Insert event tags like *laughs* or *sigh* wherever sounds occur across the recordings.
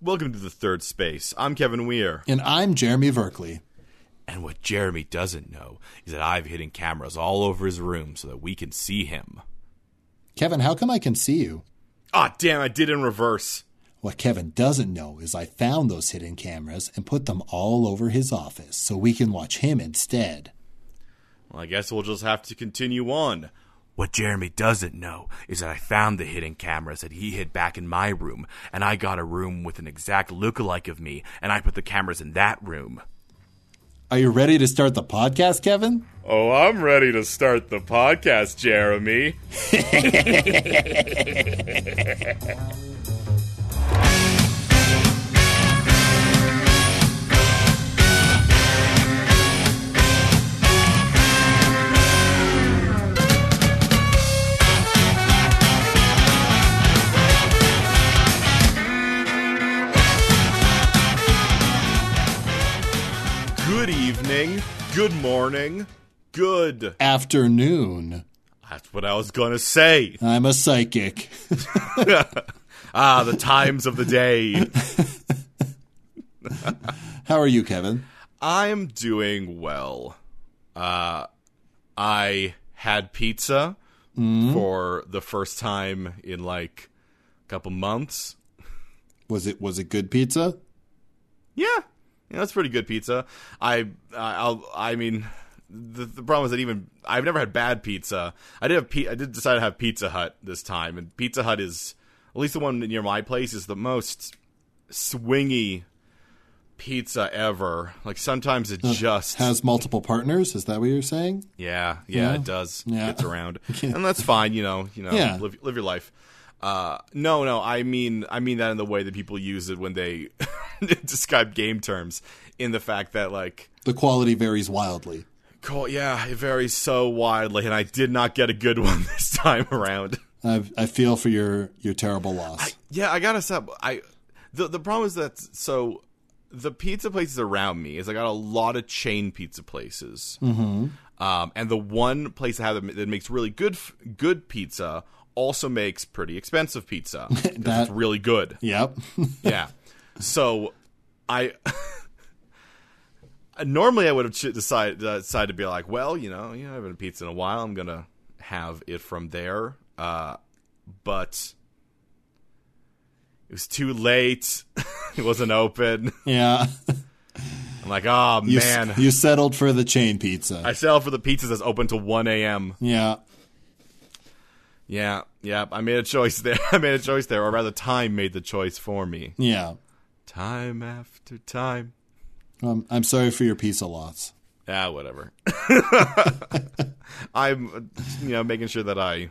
Welcome to the third space. I'm Kevin Weir. And I'm Jeremy Verkley. And what Jeremy doesn't know is that I've hidden cameras all over his room so that we can see him. Kevin, how come I can see you? Ah, damn, I did in reverse. What Kevin doesn't know is I found those hidden cameras and put them all over his office so we can watch him instead. Well, I guess we'll just have to continue on. What Jeremy doesn't know is that I found the hidden cameras that he hid back in my room, and I got a room with an exact lookalike of me, and I put the cameras in that room. Are you ready to start the podcast, Kevin? Oh, I'm ready to start the podcast, Jeremy. Good evening. Good morning. Good. Afternoon. That's what I was going to say. I'm a psychic. *laughs* Ah, the times of the day. How are you, Kevin? I'm doing well. Uh, I had pizza for the first time in like a couple months. Was it was it good pizza? Yeah, yeah, that's pretty good pizza. I, I- I'll, I mean, the, the problem is that even I've never had bad pizza. I did have, pi- I did decide to have Pizza Hut this time, and Pizza Hut is at least the one near my place is the most swingy pizza ever. Like sometimes it just Has multiple partners? Is that what you're saying? Yeah, yeah, it does. Yeah. Gets *laughs* around, and that's fine. You know, you know, Yeah. live, live your life. Uh, no, no, I mean, I mean that in the way that people use it when they *laughs* describe game terms, in the fact that like, The quality varies wildly. cool, yeah, it varies so wildly, and I did not get a good *laughs* one this time around. I I feel for your your terrible loss. Yeah, I gotta stop. I the the problem is that so the pizza places around me is I got a lot of chain pizza places, mm-hmm. um, and the one place that have that makes really good f- good pizza also makes pretty expensive pizza. 'cause it's That- really good. yep. *laughs* Yeah. So I *laughs* normally I would have ch- decided uh, decided to be like, well, you know, you know, I haven't had pizza in a while. I'm gonna have it from there. Uh, but it was too late. *laughs* it wasn't open. yeah. I'm like, oh You, s- man. you settled for the chain pizza. I sell for the pizzas that's open to 1 a.m. yeah. Yeah, yeah. I made a choice there. *laughs* I made a choice there, or rather, time made the choice for me. Yeah. Time after time. Um, I'm sorry for your pizza loss. Ah, whatever. *laughs* I'm, you know, making sure that I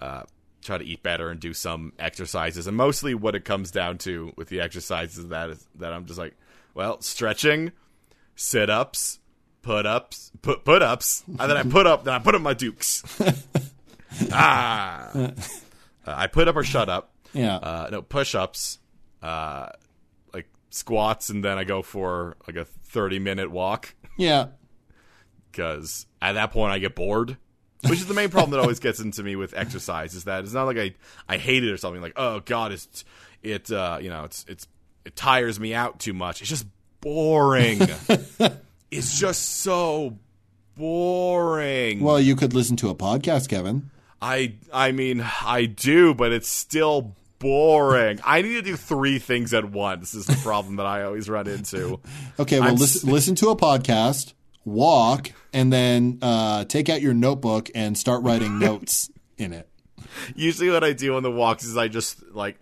uh, try to eat better and do some exercises. And mostly, what it comes down to with the exercises is that is that I'm just like, well, stretching, sit ups, put ups, put put ups, and then I put up, then I put up my *laughs* dukes. ah, Uh, I put up or shut up. Yeah. Uh, no push ups, uh, like squats, and then I go for like a thirty minute walk yeah. because at that point I get bored, which is the main problem that always gets into me with exercise. Is that it's not like I I hate it or something like oh god it's it uh, you know it's it's it tires me out too much. It's just boring. it's just so boring. Well, you could listen to a podcast, Kevin. I I mean I do, but it's still boring. I need to do three things at once. Is the problem that I always run into. Okay, well, I'm lis- listen to a podcast, walk, and then uh, take out your notebook and start writing notes in it. usually what I do on the walks is I just like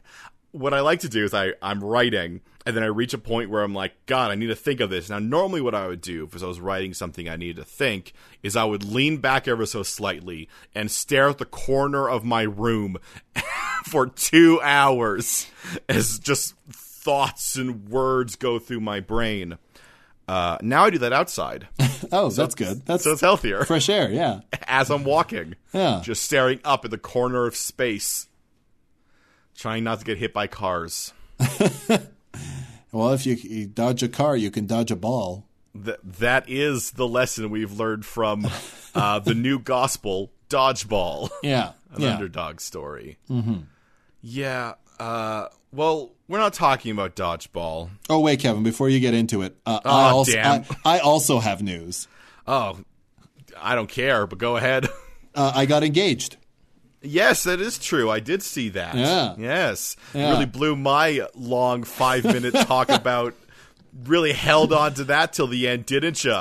what I like to do is I I'm writing and then I reach a point where I'm like, God, I need to think of this. Now, normally what I would do if I was writing something I needed to think is I would lean back ever so slightly and stare at the corner of my room *laughs* for two hours as just thoughts and words go through my brain. Uh, now I do that outside, Oh, that's good. That's so *laughs* it's healthier *laughs* fresh air. Yeah, as I'm walking yeah. *laughs* just staring up at the corner of space, trying not to get hit by cars. Well, if you, you dodge a car, you can dodge a ball. Th- that is the lesson we've learned *laughs* from uh, the new gospel, Dodgeball, Yeah, an yeah. underdog story. Mm-hmm. Yeah. Uh, well, We're not talking about dodgeball. Oh wait, Kevin, before you get into it, uh, I, Aw, also, damn. I, I also have news. Oh, I don't care, but go ahead. *laughs* Uh, I got engaged. yes, that is true. I did see that. Yeah. Yes. Yeah. Really blew my long five minute *laughs* talk about. Really held on to that till the end, didn't you?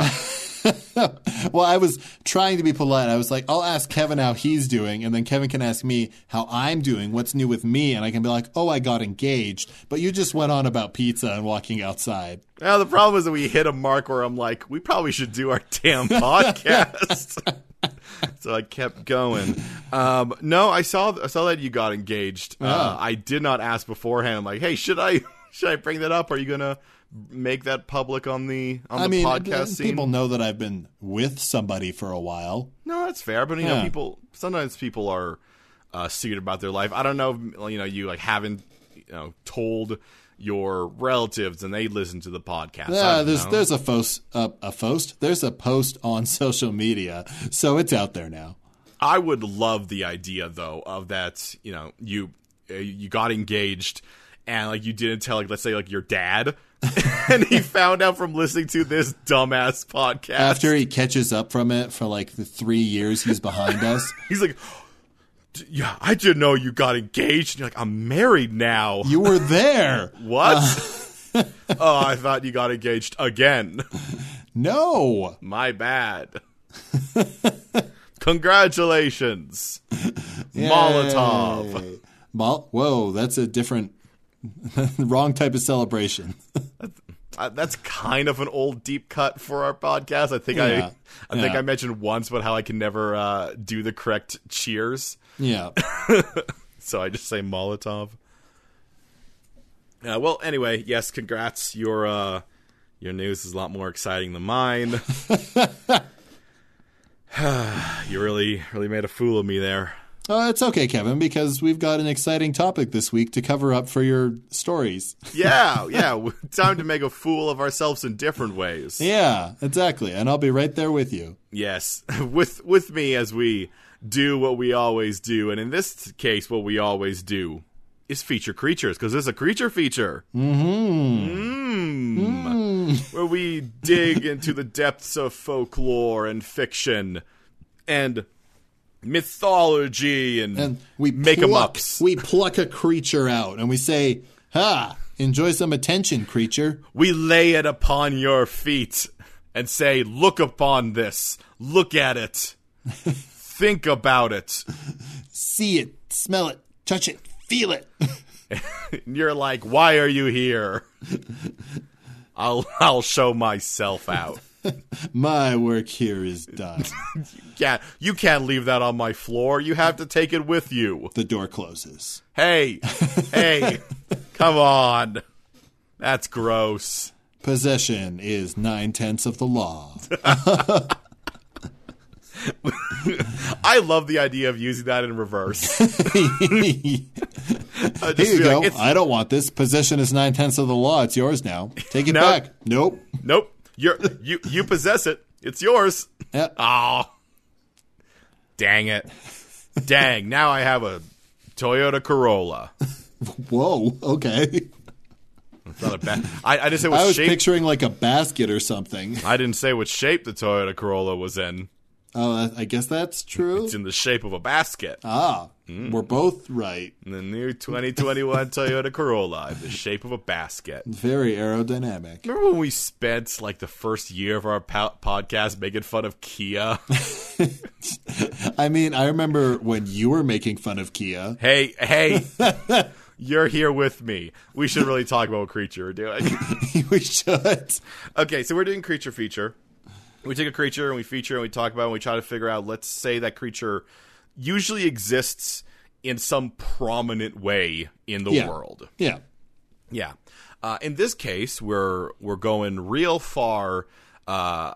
Well, I was trying to be polite. I was like, I'll ask Kevin how he's doing, and then Kevin can ask me how I'm doing, what's new with me, and I can be like, oh, I got engaged. But you just went on about pizza and walking outside. Now the problem is that we hit a mark where I'm like, we probably should do our *laughs* damn podcast. so I kept going. Um, no, I saw I saw that you got engaged. Ah. Uh, I did not ask beforehand. I'm like, hey, should I *laughs* should I bring that up? Are you gonna make that public on the on I the mean, uh, podcast scene? people know that I've been with somebody for a while. No, that's fair. But you know, Yeah. people sometimes people are uh, secret about their life. I don't know. You know, you like haven't you know told your relatives and they listen to the podcast. I Yeah, don't there's know. there's a post uh, a post there's a post on *laughs* social media, so it's out there now. I would love the idea though of that. You know, you uh, you got engaged, and like you didn't tell like let's say like your dad, *laughs* and he found out from listening to this dumbass podcast. After he catches up from it for like the three years he's behind us, he's like, "D- "Yeah, I didn't know you got engaged." And you're like, "I'm married now." you were there. what? *laughs* oh, I thought you got engaged again. *laughs* No, My bad. Congratulations, Molotov. Yay. Mol- Whoa, that's a different, *laughs* wrong type of celebration. Uh, that's kind of an old deep cut for our podcast. I think Yeah. I, I think Yeah. I mentioned once about how I can never uh, do the correct cheers, Yeah. so I just say Molotov. Uh, well, anyway, yes, congrats. Your uh, your news is a lot more exciting than *laughs* mine. *sighs* you really really made a fool of me *laughs* there. Oh, it's okay, Kevin, because we've got an exciting topic this week to cover up for your stories. Yeah, yeah. Time to make a fool of ourselves in different ways. Yeah, exactly. And I'll be right there with you. Yes, *laughs* with with me as we do what we always do, and in this case, what we always do is feature creatures because it's a creature feature. Mm-hmm. Where we dig into the depths of folklore and fiction and mythology and, And we make 'em pluck, ups. We pluck a creature out and we say, "Ha! Enjoy some attention, creature." We lay it upon your feet and say, Look upon this. Look at it. Think about it. See it, smell it, touch it, feel it. *laughs* And you're like, Why are you here? *laughs* I'll I'll show myself out. My work here is done. Yeah, you can't leave that on my floor. You have to take it with you. the door closes. Hey, *laughs* hey, come on. That's gross. Possession is nine tenths of *laughs* the law. *laughs* I love the idea of using that in *laughs* reverse. Here I'd just you be like, go. "It's- I don't want this. Possession is nine tenths of the law. It's yours now. Take it No. back. Nope. Nope. You're you you possess it. It's yours. Yeah. Oh. Dang it. Dang, now I have a Toyota Corolla. Whoa. Okay. It's not a bad I, I just say I what was shape picturing like a basket or something. I didn't say what shape the Toyota Corolla was in. Oh, I I guess that's true. It's in the shape of a Hmm. basket. Ah, we're both right. And the new 2021 Toyota Corolla in the shape of a basket. Very aerodynamic. Remember when we spent like the first year of our po- podcast making fun of Kia? *laughs* I mean, I remember when you were making fun of Kia. *laughs* hey, hey, you're here with me. We should really talk about what creature we're doing. we should. Okay, so we're doing creature feature. We take a creature and we feature and we talk about it and we try to figure out, let's say that creature usually exists in some prominent way in the Yeah. world. Yeah. Yeah. Uh, in this case, we're we're going real far uh,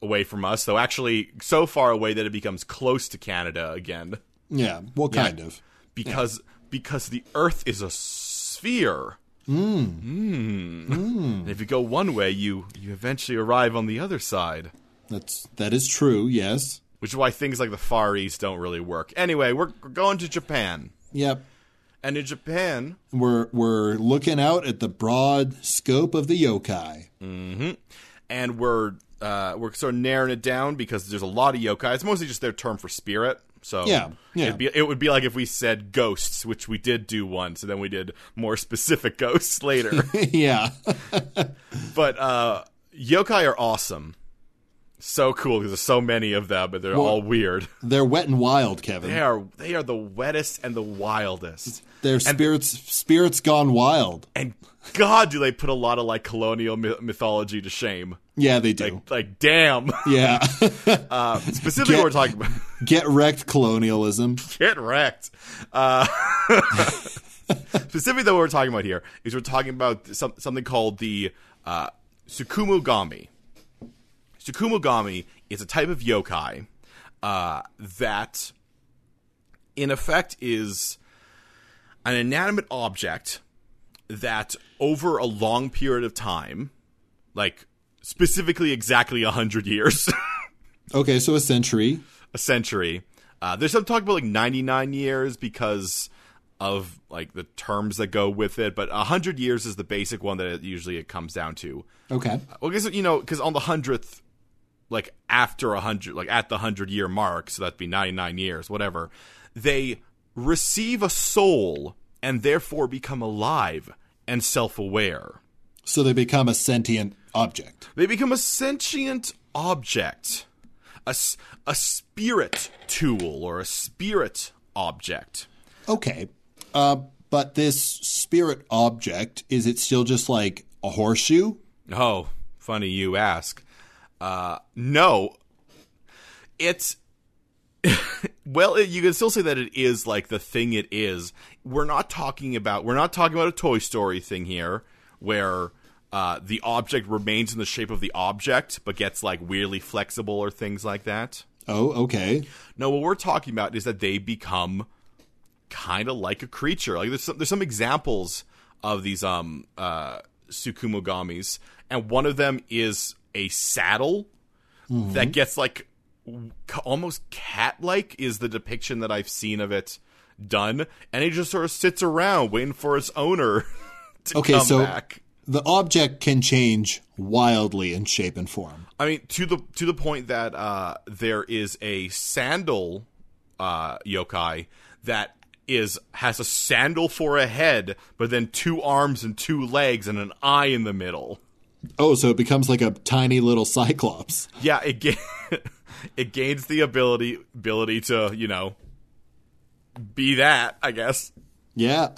away from us, though actually so far away that it becomes close to Canada again Yeah. Well, kind of. because because the Earth is a sphere. Mm. And if you go one way, you you eventually arrive on the other side, That's that is true. Yes. which is why things like the Far East don't really work. Anyway, we're, we're going to Japan, Yep. And in Japan, We're we're looking out at the broad scope of the yokai. *laughs* and we're uh, we're sort of narrowing it down because there's a lot of yokai. It's mostly just their term for spirit. So Yeah, yeah. It'd be, it would be like if we said ghosts, which we did do once, and then we did more *laughs* specific ghosts *laughs* later. yeah. but uh, yokai are awesome. So cool because there's so many of them, but they're all *laughs* weird. They're wet and wild, Kevin. They are they are the wettest and the wildest. They're spirits spirits gone wild. And God, do they put a lot of like colonial myth- mythology to shame? Yeah, they do. Like, damn. *laughs* yeah. *laughs* Uh, specifically, what we're talking about. Get wrecked colonialism. *laughs* get wrecked. Uh, *laughs* specifically, though, what we're talking about here is we're talking about some, something called the uh, Sukumugami. Sukumugami is a type of yokai uh, that, in effect, is an inanimate object that, over a long period of time, like specifically exactly 100 years, *laughs* Okay, so a century. a century. Uh, there's some talk about like 99 years because of like the terms that go with it, but 100 years is the basic one that it usually it comes down to. Okay. Well, because you know, because on the hundredth, like after a hundred, like at the hundred year mark, so that'd be 99 years, whatever. They receive a soul and therefore become alive and self aware. So they become a sentient object. They become a sentient object, a, s- a spirit tool or a spirit object. Okay. Uh, but this spirit object, is it still just like a horseshoe? Oh, funny you ask. Uh, no, it's *laughs* well, it, you can still say that it is like the thing it is. We're not talking about we're not talking about a Toy Story thing here, where uh, the object remains in the shape of the object but gets like weirdly flexible or things like that. Oh, okay. No, what we're talking about is that they become kind of like a creature. Like there's some, there's some examples of these um uh Sukumogamis, and one of them is a saddle Mm-hmm. that gets like w- ca- almost cat like is the depiction that I've seen of it done, and it just sort of sits around waiting for its owner *laughs* to Okay, come so- back. The object can change wildly in shape and form. I mean, to the to the point that uh, there is a sandal uh, yokai that is has a sandal for a head, but then two arms and two legs and an eye in the middle. Oh, so it becomes like a tiny little *laughs* cyclops. Yeah, it ga- *laughs* it gains the ability ability to you know be that. I guess. Yeah.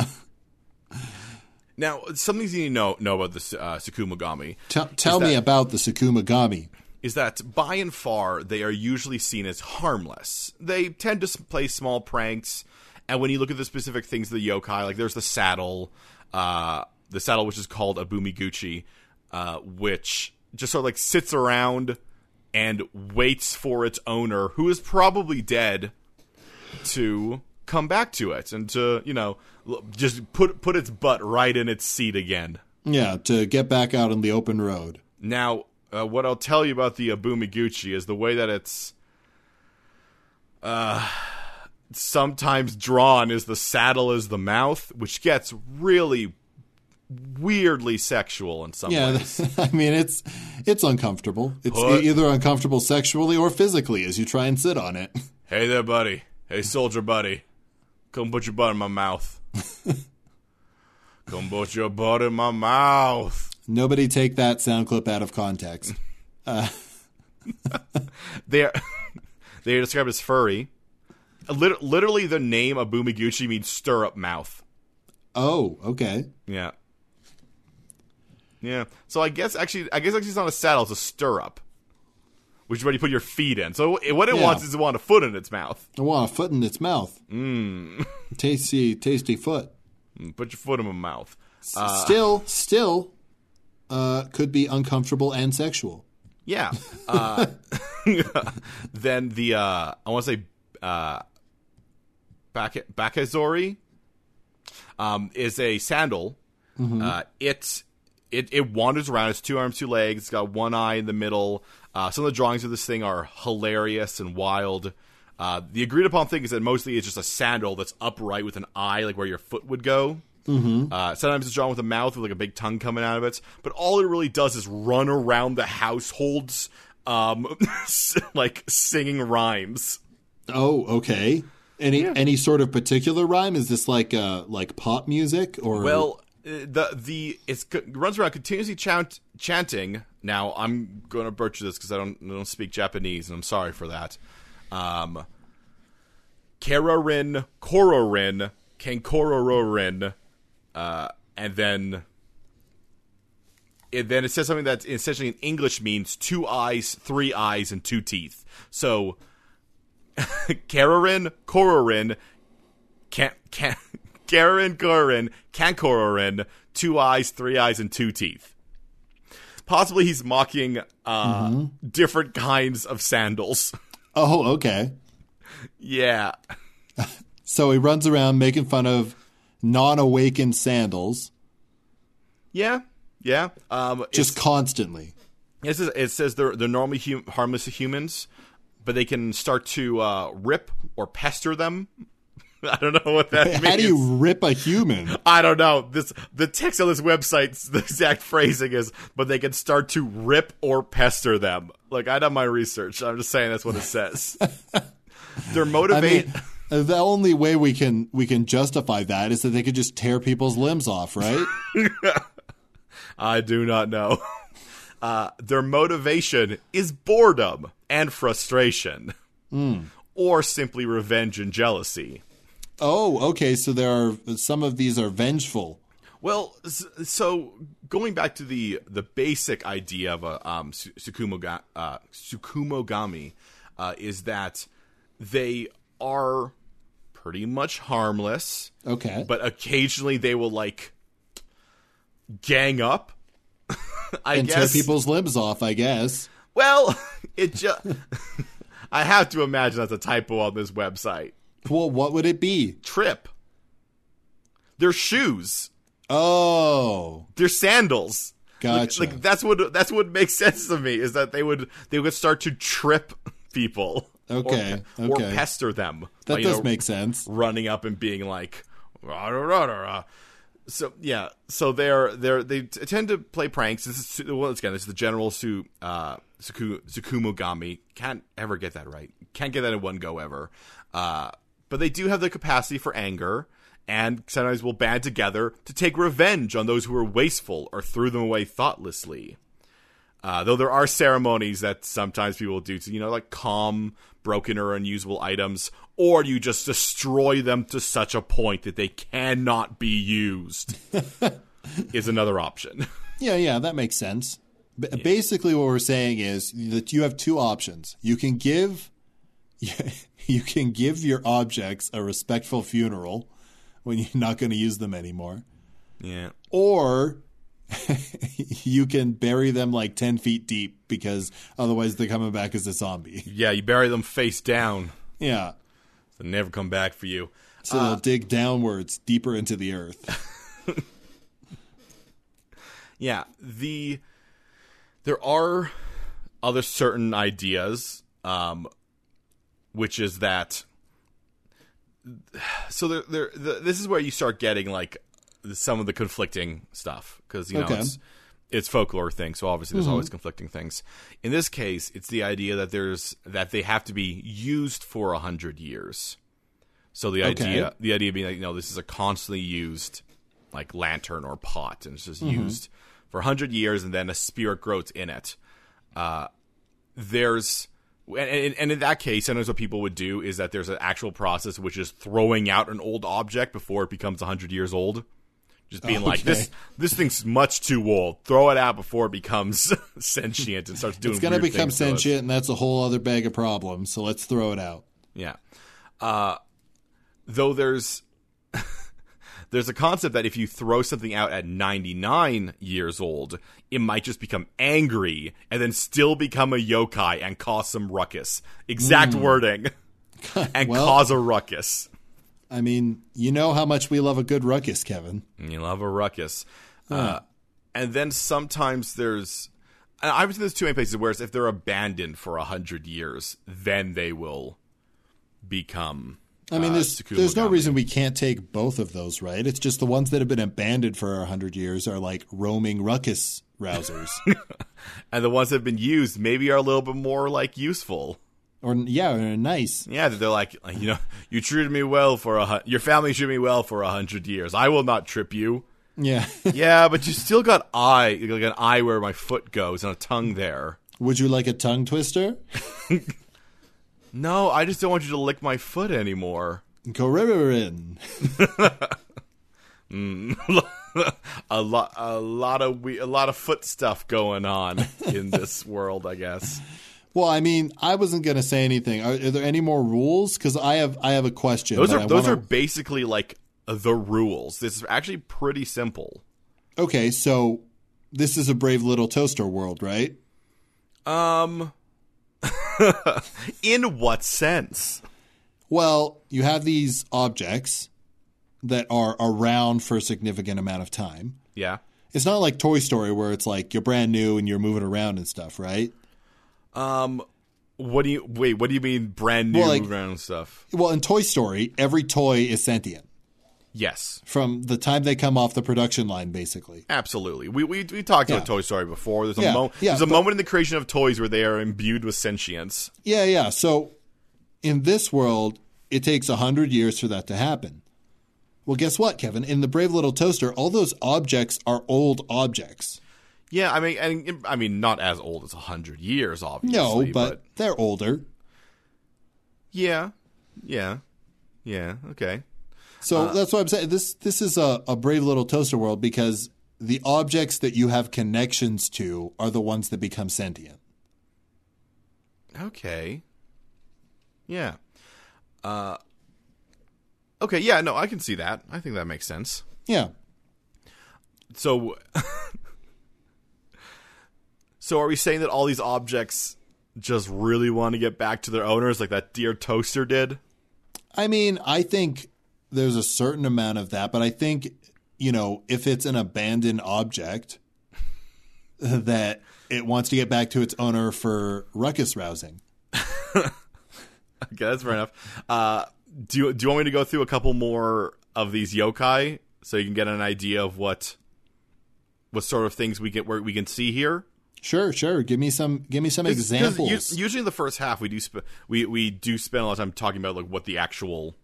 Now, some things you need to know know about this uh, Sukumagami. Tell, tell me about the Sukumagami. is that by and far they are usually seen as harmless. They tend to s- play small pranks, and when you look at the specific things of the yokai, like there's the saddle, uh, the saddle which is called a bumiguchi, uh, which just sort of like sits around and waits for its owner, who is probably dead, to come back to it and to you know l- just put put its butt right in its seat again. Yeah, to get back out on the open road. Now, uh, what I'll tell you about the Abumiguchi is the way that it's uh, sometimes drawn is the saddle is the mouth, which gets really weirdly sexual in some Yeah, *laughs* ways. I mean it's it's uncomfortable. It's e-, Put- either uncomfortable sexually or physically as you try and sit on it. *laughs* Hey there, buddy. Hey, soldier buddy. Come put your butt in my mouth. Come put your butt in my mouth. Nobody take that sound clip out *laughs* of context. they are *laughs* they are described as furry. Lit- literally, the name Abumiguchi means stir up mouth. Oh, okay. Yeah. Yeah. So I guess actually, I guess actually, it's not a saddle; it's a stirrup, which is what you put your feet in. So it- what it Yeah. wants is to want a foot in its mouth. I want a foot in its mouth. Mmm. Mm. *laughs* tasty, tasty foot. Put your foot in my mouth. S- Uh. still, still, uh, could be uncomfortable and sexual. Yeah. Uh, *laughs* then the uh, I want to say uh, Bak- Bakazori um, is a sandal. Uh, it it it wanders around. It's two arms, two legs. It's got one eye in the middle. Uh, some of the drawings of this thing are hilarious and wild. Uh, the agreed upon thing is that mostly it's just a sandal that's upright with an eye, like where your foot would go. Mm-hmm. Uh, sometimes it's drawn with a mouth with like a big tongue coming out of it. But all it really does is run around the households, um, *laughs* like singing rhymes. Oh, okay. Any any sort of particular rhyme? Is this like uh like pop music or Well, uh, the the it's c- runs around continuously chant, chanting. Now I'm going to butcher this because I don't I don't speak Japanese, and I'm sorry for that. Um, Kararin, Kororin, Kankororin, uh, and then it, then it says something that essentially in English means two eyes, three eyes, and two teeth. So *laughs* Kararin, Kororin, can can *laughs* Karen Gorin, Kankororin, two eyes, three eyes, and two teeth. Possibly he's mocking uh, Mm-hmm. different kinds of sandals. *laughs* Oh, okay. yeah. So he runs around making fun of non-awakened sandals Yeah. Yeah. Um, it, just constantly. it says, it says they're, they're normally hum- harmless to humans, but they can start to uh, rip or pester them. *laughs* I don't know what that means. How do you rip *laughs* a human? I don't know. This the text on this website's *laughs* the exact phrasing is, but they can start to rip or pester them. Like I done my research. I'm just saying that's what it *laughs* says. They're I motivated. mean, uh, the only way we can we can justify that is that they could just tear people's limbs *laughs* off, right? I do not know. *laughs* Uh, their motivation is boredom and frustration, Hmm. or simply revenge and jealousy. oh, okay. So there are some of these are vengeful. Well, s- so going back to the the basic idea of a um, su- sukumoga- uh, sukumogami uh, is that they are pretty much harmless, Okay. but occasionally they will like gang up. *laughs* I and guess. tear people's limbs off, I guess. well, *laughs* it just. I have to imagine that's a typo on this website. Well, what would it be? Trip. Their shoes. Oh, Their sandals. gotcha. Like that's what that's what makes sense to me is that they would they would start to trip people. *laughs* or Okay, pe- Or, okay. pester them. that by, you does know, make sense. running up and being like rah, rah, rah, rah, rah. so yeah so they're they're they t- tend to play pranks this is well again this is the general su uh Suku, sukumogami can't ever get that right can't get that in one go ever uh but they do have the capacity for anger and sometimes will band together to take revenge on those who were wasteful or threw them away thoughtlessly uh, though there are ceremonies that sometimes people do to, you know, like calm broken or unusable items, or you just destroy them to such a point that they cannot be used, is another option. Yeah, yeah, that makes sense. B- Basically, what we're saying is that you have two options. You can give, *laughs* you can give your objects a respectful funeral when you're not going to use them anymore, Yeah. or *laughs* you can bury them like ten feet deep because otherwise they're coming back as a zombie. *laughs* Yeah, you bury them face down, Yeah, they never come back for you. so they'll dig downwards deeper into the earth. Yeah, the there are other certain ideas, um, which is that. So there, there, the, this is where you start getting like some of the conflicting stuff because you know Okay. it's it's folklore thing, so obviously there's always conflicting things. In this case, it's the idea that there's that they have to be used for a hundred years. So the Okay. idea, the idea being like, you know, this is a constantly used like lantern or pot, and it's just used for a hundred years, and then a spirit grows in it. Uh, there's and, and, and in that case, sometimes what people would do is that there's an actual process which is throwing out an old object before it becomes hundred years old. Just being like Okay. this, this thing's much too old. Throw it out before it becomes *laughs* sentient and starts doing. It's going to weird become things to us. sentient, and that's a whole other bag of problems. So let's throw it out. Yeah. Uh, though there's *laughs* there's a concept that if you throw something out at 99 years old, it might just become angry and then still become a yokai and cause some ruckus. Exact wording. and Well- cause a ruckus. I mean, you know how much we love a good ruckus, Kevin. You love a ruckus. Uh, and then sometimes there's. and I've seen this too many places where it's if they're abandoned for a hundred years, then they will become. I mean, uh, there's, Tsukumogami. there's no reason we can't take both of those, right? It's just the ones that have been abandoned for 100 years are like roaming ruckus *laughs* rousers. and the ones that have been used maybe are a little bit more like useful. or, yeah, or nice. Yeah, that they're like, like, you know, you treated me well for a hun- your family treated me well for a hundred years. I will not trip you. Yeah. Yeah, but you still got eye, you got an eye where my foot goes and a tongue there. *laughs* Would you like a tongue twister? No, I just don't want you to lick my foot anymore. Goririn. a lot, a lot of we, a lot of foot stuff going *laughs* on in this world, I guess. Well, I mean, I wasn't going to say anything. Are, are there any more rules? Because I have, I have a question. Those that are I those wanna- are basically like the rules. This is actually pretty simple. okay. So this is a brave little toaster world, right? Um, in what sense? Well, you have these objects that are around for a significant amount of time. Yeah. It's not like Toy Story where it's like you're brand new and you're moving around and stuff, right? Um, what do you wait? What do you mean brand new Well, like- round stuff? Well, in Toy Story, every toy is sentient Yes, from the time they come off the production line, basically. absolutely. We we, we talked Yeah. about Toy Story before. There's a Yeah, moment. yeah, there's a but- moment in the creation of toys where they are imbued with sentience. Yeah, yeah. So in this world, it takes 100 years for that to happen. Well, guess what, Kevin? In the Brave Little Toaster, all those objects are old objects. Yeah, I mean, and I mean, not as old as hundred years, obviously. No, but they're older. yeah, yeah, yeah. Okay. So that's what I'm saying. This this is a, a brave little toaster world because the objects that you have connections to are the ones that become sentient. Okay. Yeah. Uh Okay, yeah, no, I can see that. I think that makes sense. Yeah. So *laughs* So are we saying that all these objects just really want to get back to their owners like that dear toaster did? *laughs* I mean, I think there's a certain amount of that, but I think, you know, if it's an abandoned object *laughs* that it wants to get back to its owner for ruckus rousing. Okay, that's fair enough. Uh do you do you want me to go through a couple more of these yokai so you can get an idea of what what sort of things we get where we can see here? Sure, sure. Give me some give me some 'Cause- 'cause u- examples. usually in the first half, we do sp- we we do spend a lot of time talking about like what the actual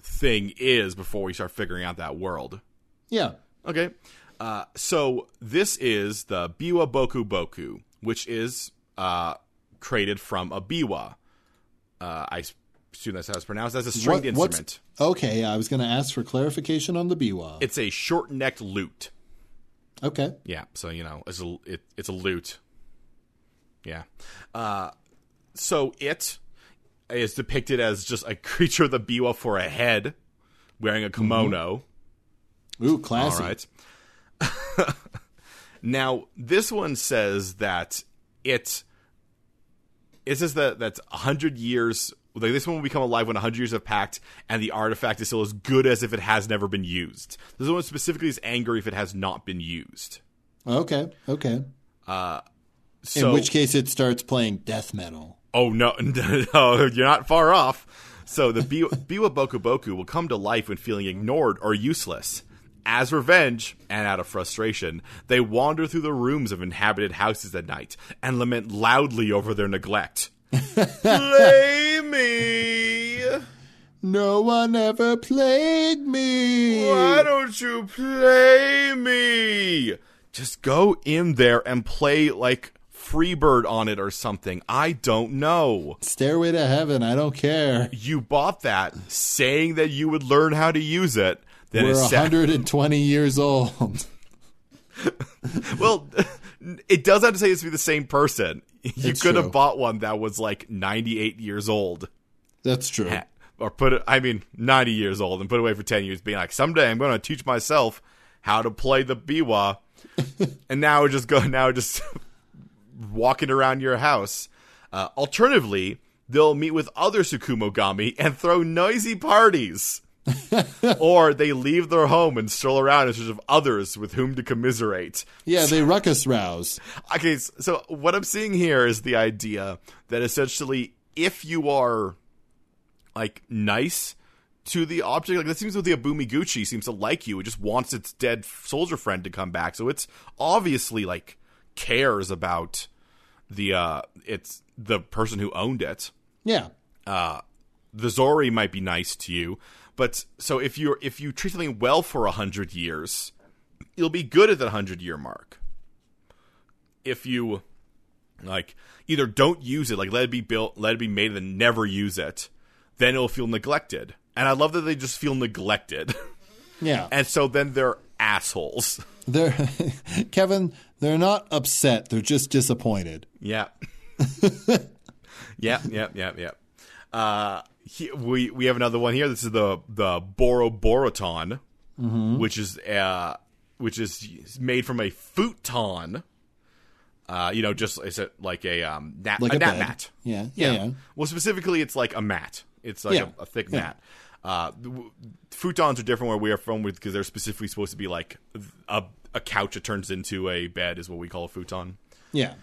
thing is before we start figuring out that world. yeah. Okay, uh, so this is the biwa boku boku, which is uh, created from a biwa. Uh, I s- assume that's how it's pronounced. That's a stringed What- what's- instrument. Okay, I was going to ask for clarification on the biwa. It's a short necked lute. Okay. Yeah, so you know, it's a it, it's a lute. Yeah. Uh so it is depicted as just a *laughs* creature with a biwa for a head wearing a kimono. Ooh, All classy. right. *laughs* now, this one says that it it says that that's 100 years like this one will become alive when 100 years have passed and the artifact is still as good as if it has never been used. This one specifically is angry if it has not been used. Okay. Okay. So, In which case, it starts playing death metal. Oh no, *laughs* no, you're not far off. So the Bi- Biwa Boku Boku will come to life when feeling ignored or useless. As revenge, and out of frustration, they wander through the rooms of inhabited houses at night and lament loudly over their neglect. Play me! No one ever played me. Why don't you play me? Just go in there and play like Freebird on it or something. I don't know. Stairway to heaven. I don't care. you bought that saying that you would learn how to use it. Then We're it's sad. 120 years old. *laughs* *laughs* Well, it does have to say it's to be the same person. You It's could true. have bought one that was like 98 years old. That's true. Or put it, I mean, 90 years old and put away for 10 years, being like, someday I'm going to teach myself how to play the biwa. and now just go, now just *laughs* walking around your house. Uh, alternatively, they'll meet with other Sukumogami and throw noisy parties. or they leave their home and stroll around in search of others with whom to commiserate. Yeah, they ruckus rouse. Okay, s- so what I'm seeing here is the idea that essentially if you are like nice to the object. Like that seems what the Abumi Gucci seems to like you. It just wants its dead soldier friend to come back. So it's obviously like cares about the uh it's the person who owned it. Yeah. Uh the Zori might be nice to you, but so if you if you treat something well for a hundred years, you'll be good at that hundred year mark. If you like either don't use it, like let it be built, let it be made, and then never use it, then it'll feel neglected. And I love that they just feel neglected, *laughs* Yeah. and so then they're assholes. They're *laughs* Kevin, they're not upset, they're just disappointed. Yeah. yeah, yeah, yeah, yeah. Uh, he, we we have another one here. This is the the Boroboroton, Mm-hmm. which is uh, which is made from a futon. Uh, you know, just is it like a um nap, Like a, a nap bed. mat? Yeah, yeah, yeah. Well, specifically, it's like a mat. It's like Yeah, a, a thick yeah. mat. Uh, the w- futons are different where we are from because they're specifically supposed to be like a a couch that turns into a bed is what we call a futon. Yeah.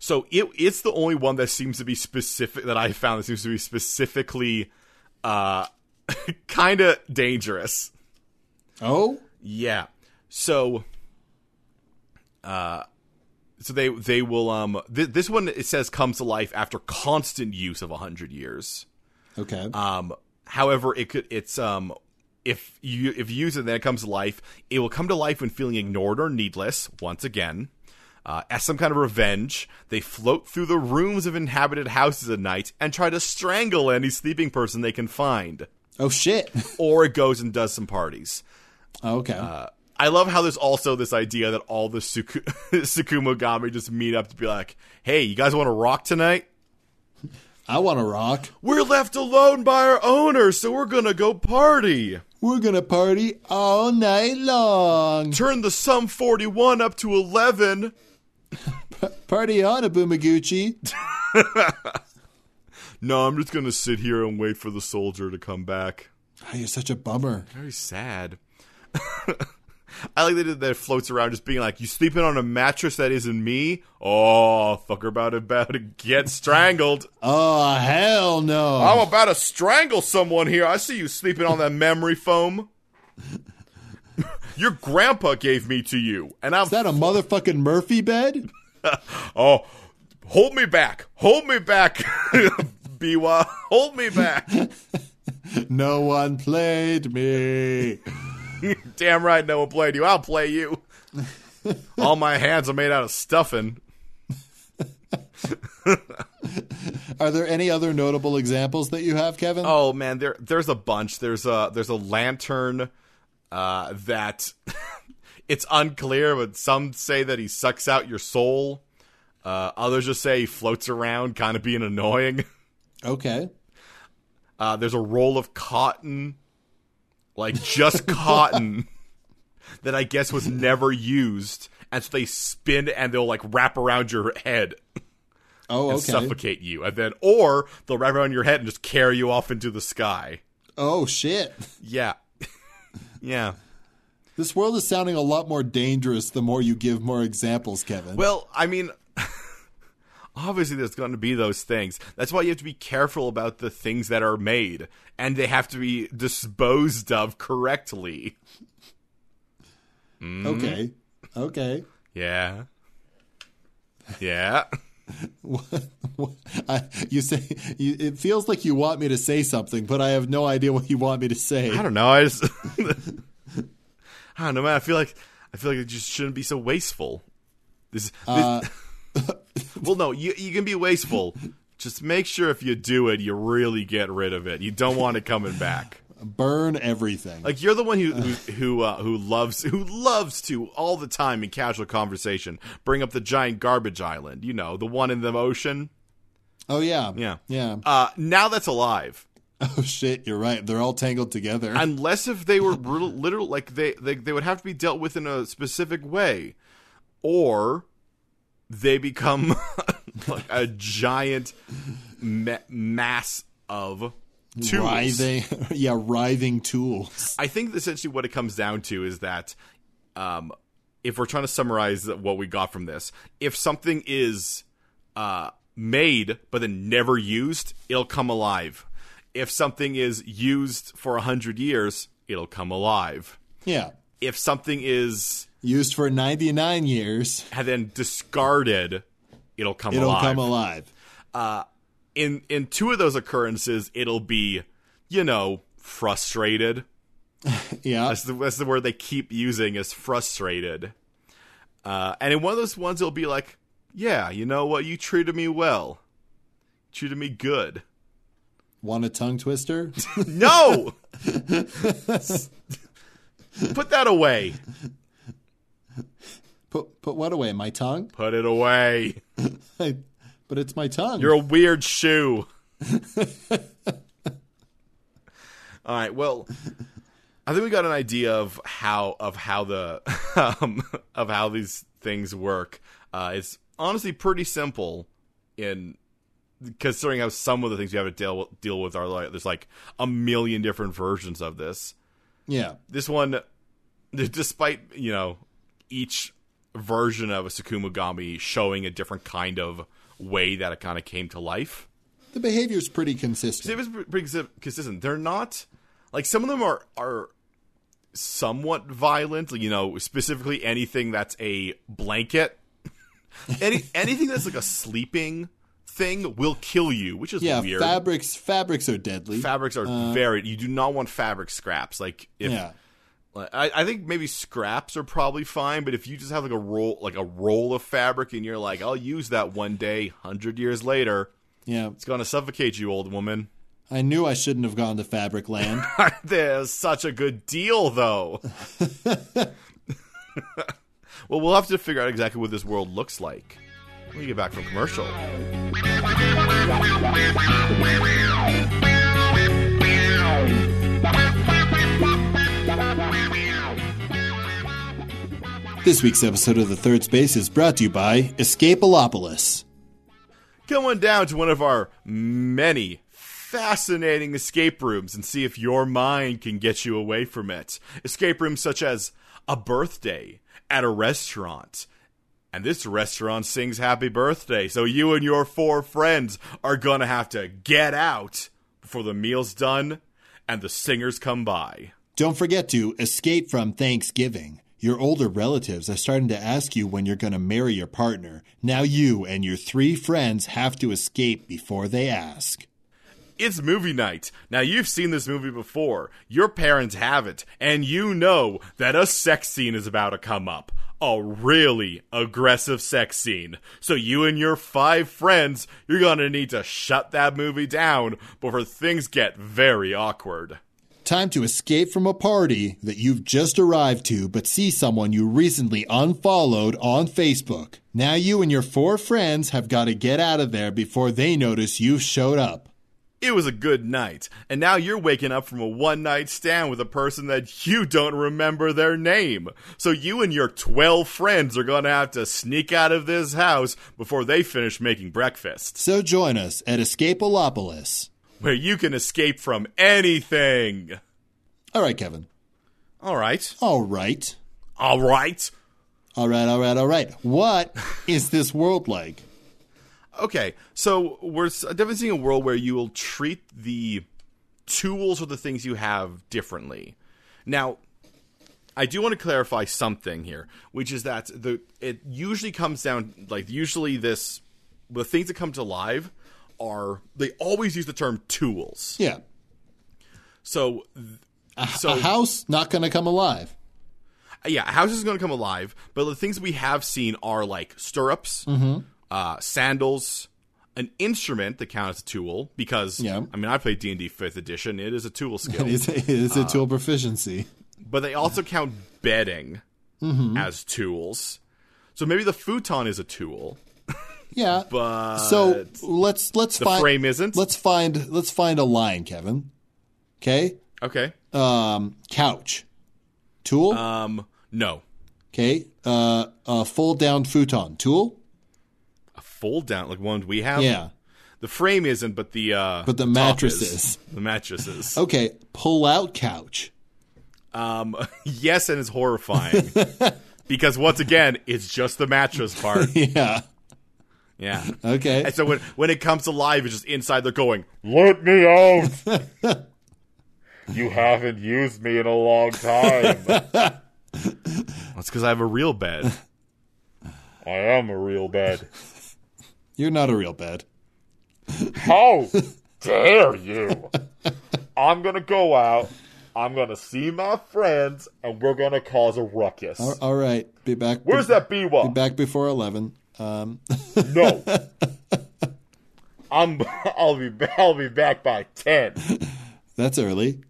So it it's the only one that seems to be specific that I found that seems to be specifically uh *laughs* kind of dangerous. Oh? Yeah. So uh so they they will um th- this one it says comes to life after constant use of 100 years. Okay. Um, however, it could it's um if you if you use it, then it comes to life. It will come to life when feeling ignored or needless. Once again. Uh, as some kind of revenge, they float through the rooms of inhabited houses at night and try to strangle any sleeping person they can find. oh shit. *laughs* Or it goes and does some parties. okay. I love how there's also this idea that all the Suku- *laughs* Sukumogami just meet up to be like, hey, you guys want to rock tonight? I want to rock. We're left alone by our owner, so we're going to go party. We're going to party all night long. turn the sum 41 up to 11 Party on, Abumaguchi. no i'm just gonna sit here and wait for the soldier to come back Oh, you're such a bummer. very sad *laughs* i like that it- that it floats around just being like you sleeping on a mattress that isn't me oh fucker about about to get strangled Oh, hell no. *laughs* i'm about to strangle someone here i see you sleeping on that memory foam your grandpa gave me to you and i'm Is that a motherfucking Murphy bed? *laughs* oh hold me back hold me back *laughs* biwa hold me back No one played me. Damn right, no one played you. I'll play *laughs* you. All my hands are made out of stuffing. Are there any other notable examples that you have, Kevin? Oh man, there there's a bunch. There's a there's a lantern uh, that *laughs* it's unclear, but some say that he sucks out your soul. Uh, others just say he floats around, kind of being annoying. *laughs* Okay. Uh, there's a roll of cotton, like just *laughs* cotton, that I guess was never used, and so they spin and they'll like wrap around your head. Oh, okay. and suffocate you, and then or they'll wrap around your head and just carry you off into the sky. Oh, shit. Yeah, *laughs* yeah. This world is sounding a lot more dangerous the more you give more examples, Kevin. Well, I mean, *laughs* obviously there's going to be those things. That's why you have to be careful about the things that are made, and they have to be disposed of correctly. okay. mm-hmm. Okay. *laughs* Yeah, yeah. I, you say you, it feels like you want me to say something, but I have no idea what you want me to say. I don't know. I just, *laughs* I don't know, man. I feel like I feel like it just shouldn't be so wasteful. This, this *laughs* well, no, you you can be wasteful. Just make sure if you do it, you really get rid of it. You don't want it coming back. Burn everything. Like you're the one who who who, uh, who loves who loves to all the time in casual conversation bring up the giant garbage island. You know, the one in the ocean. oh yeah. Yeah. Yeah. *laughs* Uh, now that's alive. Oh shit, you're right. They're all tangled *laughs* together. unless if they were real- literal like they, they they would have to be dealt with in a specific way or they become *laughs* like a giant ma- mass of tools. writhing. *laughs* yeah, writhing tools. I think essentially what it comes down to is that um, if we're trying to summarize what we got from this, if something is uh, made but then never used, it'll come alive. If something is used for a hundred years, it'll come alive. Yeah. If something is Used for 99 years, and then discarded, it'll come it'll alive. come alive. in in two of those occurrences, it'll be, you know, frustrated. Yeah. That's the, that's the word they keep using is frustrated. Uh, and in one of those ones, it'll be like, yeah, you know what? You treated me well. Treated me good. *laughs* Want a tongue twister? *laughs* No! *laughs* Put that away. put, put what away? My tongue? *laughs* Put it away. I, but it's my tongue. You're a weird shoe. All right. Well, I think we got an idea of how of how the *laughs* um, of how these things work. Uh, it's honestly pretty simple in considering how some of the things you have to deal deal with are like there's like a million different versions of this. yeah. This one, despite you know each version of a Sakumagami showing a different kind of way that it kind of came to life. The behavior's pretty It consistent. was pretty consi- consistent. They're not like some of them are are somewhat violent. You know, specifically anything that's a blanket, *laughs* any anything that's like a sleeping thing will kill you, which is Yeah, weird. fabrics fabrics are deadly. Fabrics are very. You do not want fabric scraps. Like if yeah. like, I, I think maybe scraps are probably fine, but if you just have like a roll like a roll of fabric and you're like, I'll use that one day, hundred years later, Yeah. it's gonna suffocate you, old woman. *laughs* I knew I shouldn't have gone to fabric land. *laughs* There's such a good deal, though. *laughs* well, we'll have to figure out exactly what this world looks like when we get back from commercial. this week's episode of The Third Space is brought to you by Escapalopolis. Going down to one of our many fascinating escape rooms and see if your mind can get you away from it. Escape rooms such as a birthday at a restaurant. And this restaurant sings happy birthday, so you and your four friends are gonna have to get out before the meal's done and the singers come by. Don't forget to escape from Thanksgiving. Your older relatives are starting to ask you when you're going to marry your partner. Now you and your three friends have to escape before they ask. It's movie night. Now, you've seen this movie before. Your parents haven't. And you know that a sex scene is about to come up. A really aggressive sex scene. So, you and your five friends, you're gonna need to shut that movie down before things get very awkward. Time to escape from a party that you've just arrived to but see someone you recently unfollowed on Facebook. Now you and your four friends have got to get out of there before they notice you've showed up. It was a good night, and now you're waking up from a one night stand with a person that you don't remember their name. So you and your 12 friends are gonna have to sneak out of this house before they finish making breakfast. So join us at Escapalopolis. where you can escape from anything. All right, Kevin. All right. All right. All right. All right, all right, all right. *laughs* What is this world like? Okay. So we're s- definitely seeing a world where you will treat the tools or the things you have differently. Now, I do want to clarify something here, which is that the it usually comes down like usually this the things that come to live are they always use the term tools. Yeah. Uh-huh. So A so house not going to come alive. yeah, houses is going to come alive, but the things we have seen are like stirrups, Mm-hmm. uh, sandals, an instrument that counts as a tool because Yeah. I mean I played D and D fifth edition. It is a *laughs* tool skill, Is it is it tool proficiency? but they also count bedding Mm-hmm. as tools. So maybe the futon is a tool. Yeah. but- so let's let's The find frame isn't. Let's find let's find a line, Kevin. Okay? Okay. Um couch. Tool? Um. No. okay. Uh a fold down futon. Tool? A fold down like ones we have. Yeah. The frame isn't, but the uh, But the top mattresses. is. The mattresses. Okay, pull out couch. *laughs* Um, yes, and it's *laughs* horrifying because once again, it's just the mattress part. Yeah. Yeah. Okay. And so when when it comes to live, it's just inside. They're going. Let me out! *laughs* you haven't used me in a long time. That's because I have a real *laughs* bed. I am a real bed. You're not a real bed. How dare you? I'm gonna go out. I'm gonna see my friends, and we're gonna cause a ruckus. All- All right. Be back. Where's that Be Biwa? back before 11. Um, No. I'm. I'll be. I'll be back by ten. that's early.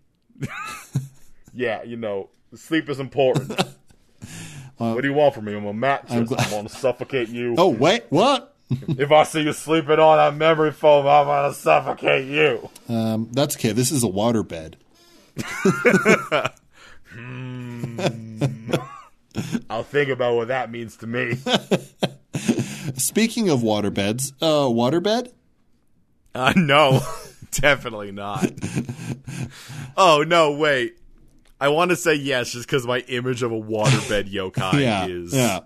Yeah, you know, sleep is important. what do you want from me? I'm a mattress. I'm, gl- gonna suffocate you. Oh, wait. What? If I see you sleeping on that memory foam, I'm gonna suffocate you. Um, that's okay. This is a water bed. I'll think about what that means to me. Speaking of water beds, uh, water bed? *laughs* Uh, no, *laughs* definitely *laughs* not. oh no, wait. I want to say yes, just because my image of a *laughs* waterbed yokai Yeah. is Yeah.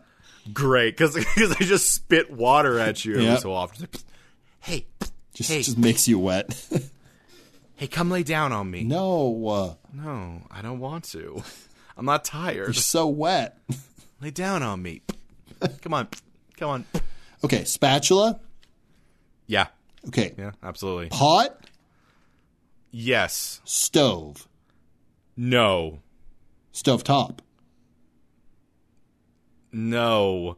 great. *laughs* Because I just spit water at you Yeah. every so often. It's like, Hey, Just, Hey. just makes you wet. *laughs* hey, come lay down on me. no. Uh, No, I don't want to. *laughs* I'm not tired. *laughs* you're so wet. Lay down on me. Come on, come on. Okay. Spatula? Yeah, Okay. yeah, absolutely. Pot? Yes, Stove? no, Stove top? no.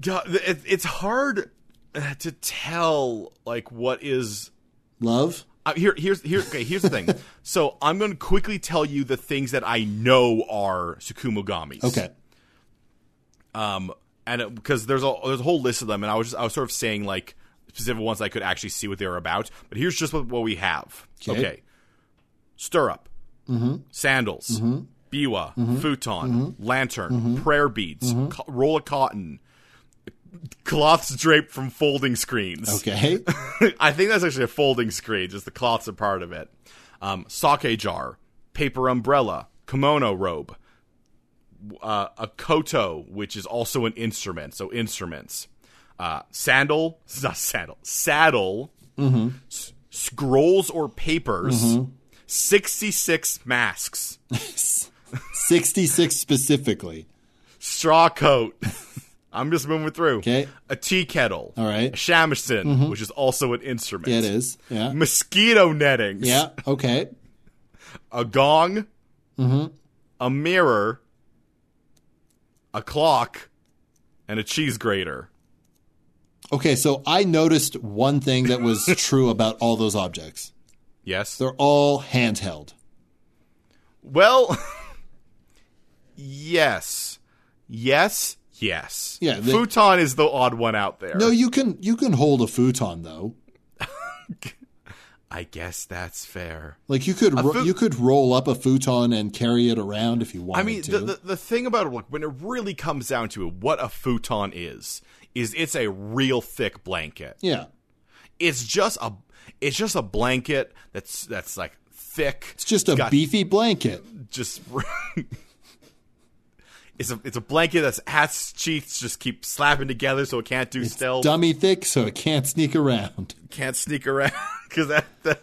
God, it, it's hard uh, to tell like what is Love? Uh, here, here's here. Okay, here's the thing. so I'm going to quickly tell you the things that I know are Sukumogamis. Okay. Um, and because there's a there's a whole list of them, and I was just I was sort of saying like specific ones I could actually see what they were about. But here's just what, what we have. Okay. Mm-hmm. Stirrup, sandals, biwa, futon, lantern, Mm-hmm. prayer beads, co- roll of cotton, cloths draped from folding screens. Okay. I think that's actually a folding screen, just the cloths are part of it. Um, sake jar, paper umbrella, kimono robe, uh, a koto, which is also an instrument, so instruments, uh, sandal, *laughs* s- not sandal, saddle, Mm-hmm. s- scrolls or papers, 66 masks, 66 specifically. straw coat. *laughs* I'm just moving through. Okay. A tea kettle. All right. Mm-hmm. A shamisen, which is also an instrument. Yeah, it is. Yeah. Mosquito nettings. Yeah. Okay. a gong, Mm-hmm. a mirror, a clock, and a cheese grater. Okay. So I noticed one thing *laughs* that was true about all those objects. Yes. They're all handheld. Well, *laughs* yes, yes, yes. Yeah, they- Futon is the odd one out there. No, you can you can hold a futon though. I guess that's fair. Like you could ro- fu- you could roll up a futon and carry it around if you wanted I mean, to. the, the the thing about like when it really comes down to it, what a futon is is it's a real thick blanket. yeah, It's just a it's just a blanket that's that's like thick. it's just a got beefy blanket. just *laughs* it's a it's a blanket that's ass cheeks just keep slapping together so it can't do stealth, Dummy thick, so it can't sneak around. can't sneak around *laughs* because that. that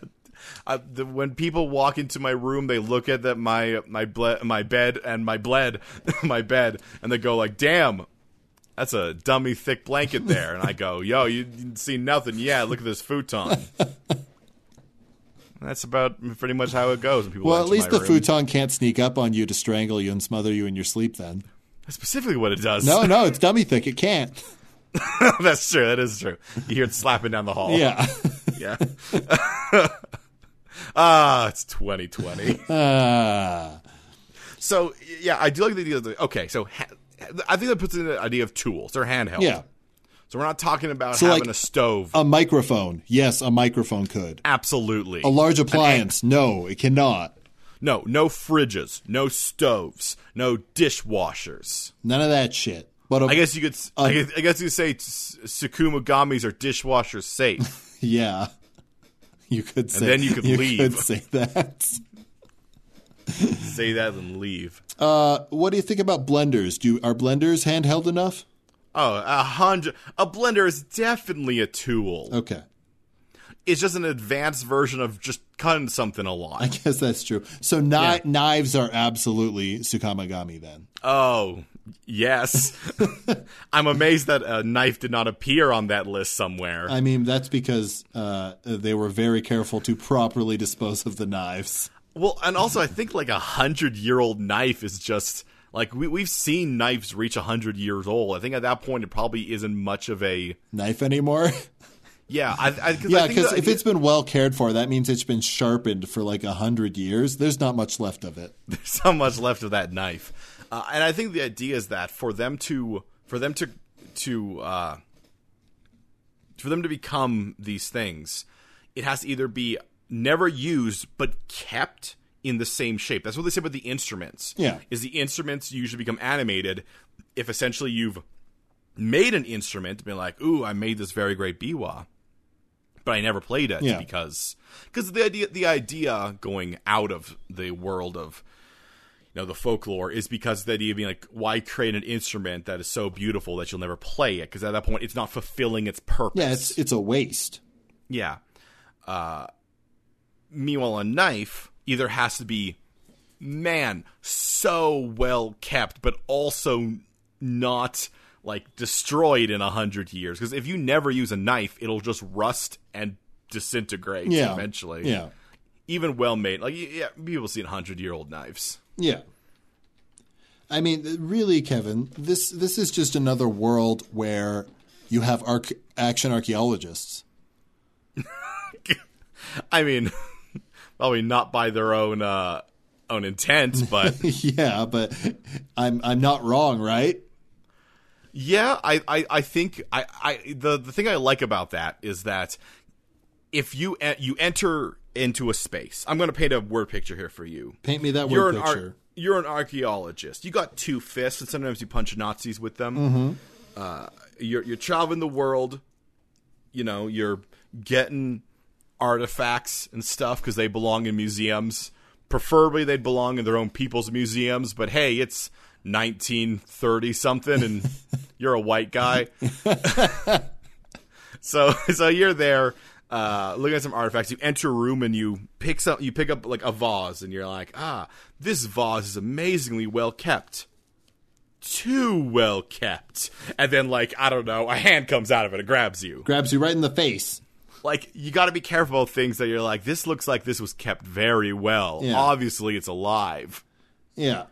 I, the, when people walk into my room, they look at that my my ble- my bed and my bled *laughs* my bed, and they go like, "Damn, that's a dummy thick blanket there." And I *laughs* go, "Yo, you didn't see nothing? Yeah, look at this futon." that's about pretty much how it goes. When people Well, at enter least my the room. futon can't sneak up on you to strangle you and smother you in your sleep. Then That's specifically what it does. no, no, it's dummy thick. It can't. *laughs* That's true. That is true. You hear it slapping down the hall. Yeah. *laughs* Yeah. *laughs* Ah, it's *laughs* 2020. Uh, So, yeah, I do like the idea. Of the, okay, so ha- I think that puts in the idea of tools. They're handheld. yeah. So we're not talking about So, having like, a stove. A microphone. Yes, a microphone could. Absolutely. A large appliance. No, it cannot. no, no fridges, no stoves, no dishwashers. None of that shit. But a, I guess you could. s I guess, I guess you could say s- Sukumagamis are dishwasher safe. yeah, *laughs* you could say. then you could leave. could say that. say that and leave. Uh, what do you think about blenders? Do are blenders handheld enough? Oh, a hundred. A blender is definitely a tool. Okay. It's just an advanced version of just cutting something along. I guess that's true. So kni- knives are absolutely Sukamagami then. Oh, yes. I'm amazed that a knife did not appear on that list somewhere. I mean, that's because uh, they were very careful to properly dispose of the knives. well, and also I think like a hundred year old knife is just like we we've seen knives reach a hundred years old. I think at that point it probably isn't much of a Knife anymore? *laughs* yeah. I, I, cause yeah, I think because the- if it's been well cared for, that means it's been sharpened for like a hundred years. There's not much left of it. so much left of that knife. Uh, and I think the idea is that for them to for them to to uh, for them to become these things, it has to either be never used but kept in the same shape. That's what they say about the instruments. Yeah. is the instruments usually become animated if essentially you've made an instrument, been like, "Ooh, I made this very great biwa." but I never played it Yeah. because because the idea the idea going out of the world of you know the folklore is because the idea of being like why create an instrument that is so beautiful that you'll never play it because at that point it's not fulfilling its purpose. Yeah, it's it's a waste. Yeah. Uh, meanwhile, a knife either has to be, man, so well kept, but also not like destroyed in a hundred years. Because if you never use a knife, it'll just rust and disintegrate Yeah, eventually. Yeah, Even well made, like y- yeah, people see hundred year old knives. yeah. I mean, th- really, Kevin, this this is just another world where you have arch- action archaeologists. *laughs* I mean, *laughs* probably not by their own uh, own intent, but yeah, but I'm I'm not wrong, right? Yeah, I, I, I think I, I the, the thing I like about that is that if you en- you enter into a space, I'm going to paint a word picture here for you. Paint me that You're word an ar- picture. you're an archaeologist. You got two fists, and sometimes you punch Nazis with them. Mm-hmm. Uh, you're you're traveling the world. You know, you're getting artifacts and stuff because they belong in museums. Preferably, they'd belong in their own people's museums. But hey, it's 1930 something, and *laughs* you're a white guy. So *laughs* so you're there uh, looking at some artifacts. You enter a room and you pick some, you pick up like a vase, and you're like, ah, this vase is amazingly well kept. Too well kept. And then like, I don't know, a hand comes out of it and grabs you. Grabs you right in the face. Like, you gotta be careful of things that you're like, this looks like this was kept very well. Yeah. Obviously it's alive. Yeah.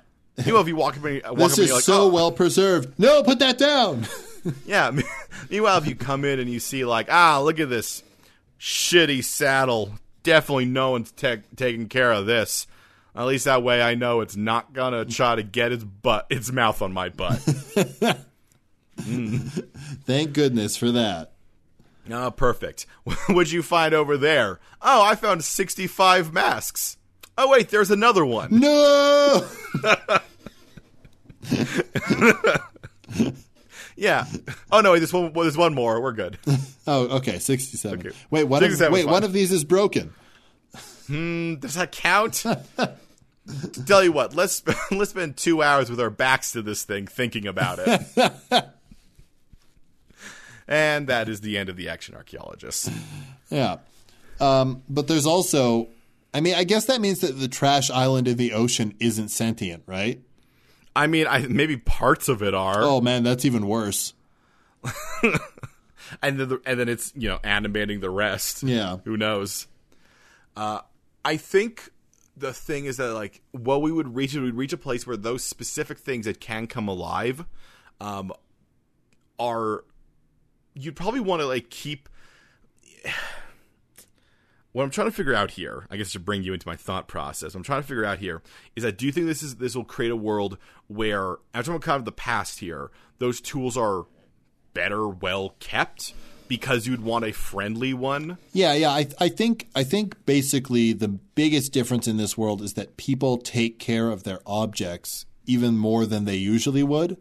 You know if you walk up and you walk up This and is you're like, so "Oh, well preserved. No, put that down. *laughs* Yeah. *laughs* me- Meanwhile, if you come in and you see like, ah, look at this shitty saddle. Definitely no one's ta- taking care of this. At least that way, I know it's not gonna try to get its butt, its mouth on my butt. Thank goodness for that. Ah, perfect. *laughs* What'd you find over there? Oh, I found sixty-five masks. Oh wait, there's another one. No. *laughs* Yeah. Oh no, wait, there's one. There's one more. We're good. Oh, okay, sixty-seven. Wait, one 67 of was wait, one fine. of these is broken. Does that count? Tell you what, let's *laughs* let's spend two hours with our backs to this thing thinking about it. *laughs* and that is the end of the action archaeologist. Yeah, um, but there's also, I mean, I guess that means that the trash island in the ocean isn't sentient, right? I mean, I maybe parts of it are, Oh man, that's even worse. and then the, and then it's you know animating the rest. Yeah. who knows? Uh, I think the thing is that like what we would reach, we'd reach a place where those specific things that can come alive, um, are you'd probably want to like keep *sighs* what I'm trying to figure out here, I guess to bring you into my thought process, I'm trying to figure out here is I do think this is this will create a world where I'm talking about kind of the past here, those tools are better well kept because you'd want a friendly one. Yeah, yeah. I, I think I think basically the biggest difference in this world is that people take care of their objects even more than they usually would.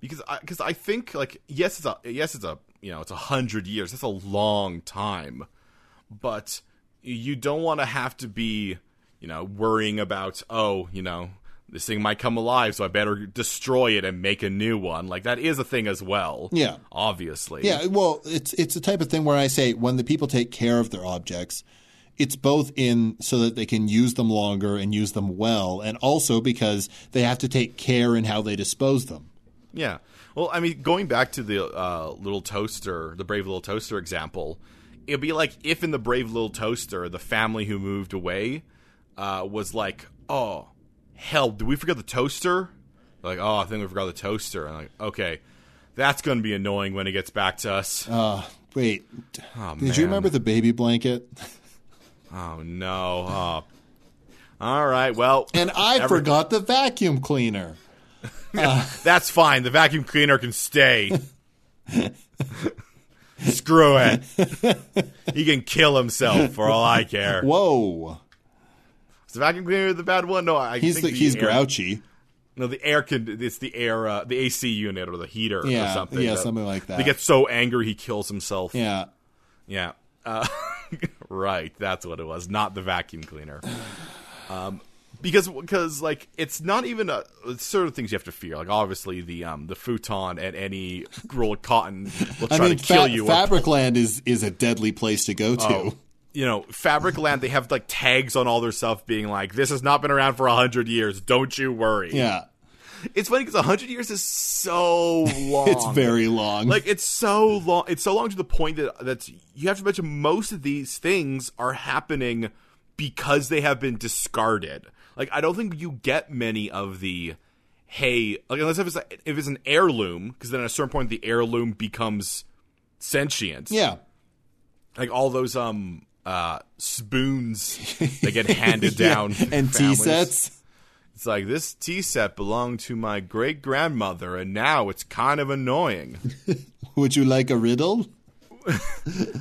because I because I think like yes it's a yes it's a you know it's a hundred years that's a long time, but you don't want to have to be you know worrying about oh you know this thing might come alive, so I better destroy it and make a new one. Like that is a thing as well. Yeah. Obviously. Yeah, well, it's it's the type of thing where I say when the people take care of their objects, it's both in so that they can use them longer and use them well, and also because they have to take care in how they dispose them. Yeah. Well, I mean, going back to the uh, little toaster, the brave little toaster example, it'd be like if in the brave little toaster, the family who moved away uh, was like, "Oh, hell, did we forget the toaster?" Like, "Oh, I think we forgot the toaster." And like, okay, that's gonna be annoying when it gets back to us. Uh, wait, d- oh, did you man. remember the baby blanket? Oh no. Oh. All right. Well, *laughs* And I Every- forgot the vacuum cleaner. that's fine. The vacuum cleaner can stay. Screw it. he can kill himself for all I care. Whoa, Is the vacuum cleaner the bad one? No, I he's think the, the he's air, grouchy. No, the air can. It's the air, uh, the AC unit or the heater Yeah, or something. yeah, that- something like that. They get so angry he kills himself. Yeah, Yeah. Uh, *laughs* right. That's what it was. Not the vacuum cleaner. Um, because because like it's not even a it's sort of things you have to fear. Like obviously the um the futon and any roll of cotton will I try mean, to kill fa- you. Oh. or Fabricland is is a deadly place to go to. *laughs* you know, Fabric Land, they have like tags on all their stuff being like, this has not been around for a 100 years. Don't you worry. Yeah, It's funny because 100 years is so long. *laughs* it's very long. Like, it's so long. It's so long to the point that that's, you have to mention most of these things are happening because they have been discarded. Like, I don't think you get many of the, hey, like, unless if it's, like, if it's an heirloom, because then at a certain point the heirloom becomes sentient yeah, like all those um uh spoons that *laughs* get handed down Yeah, and tea families. sets. It's like this tea set belonged to my great grandmother, and now it's kind of annoying. Would you like a riddle?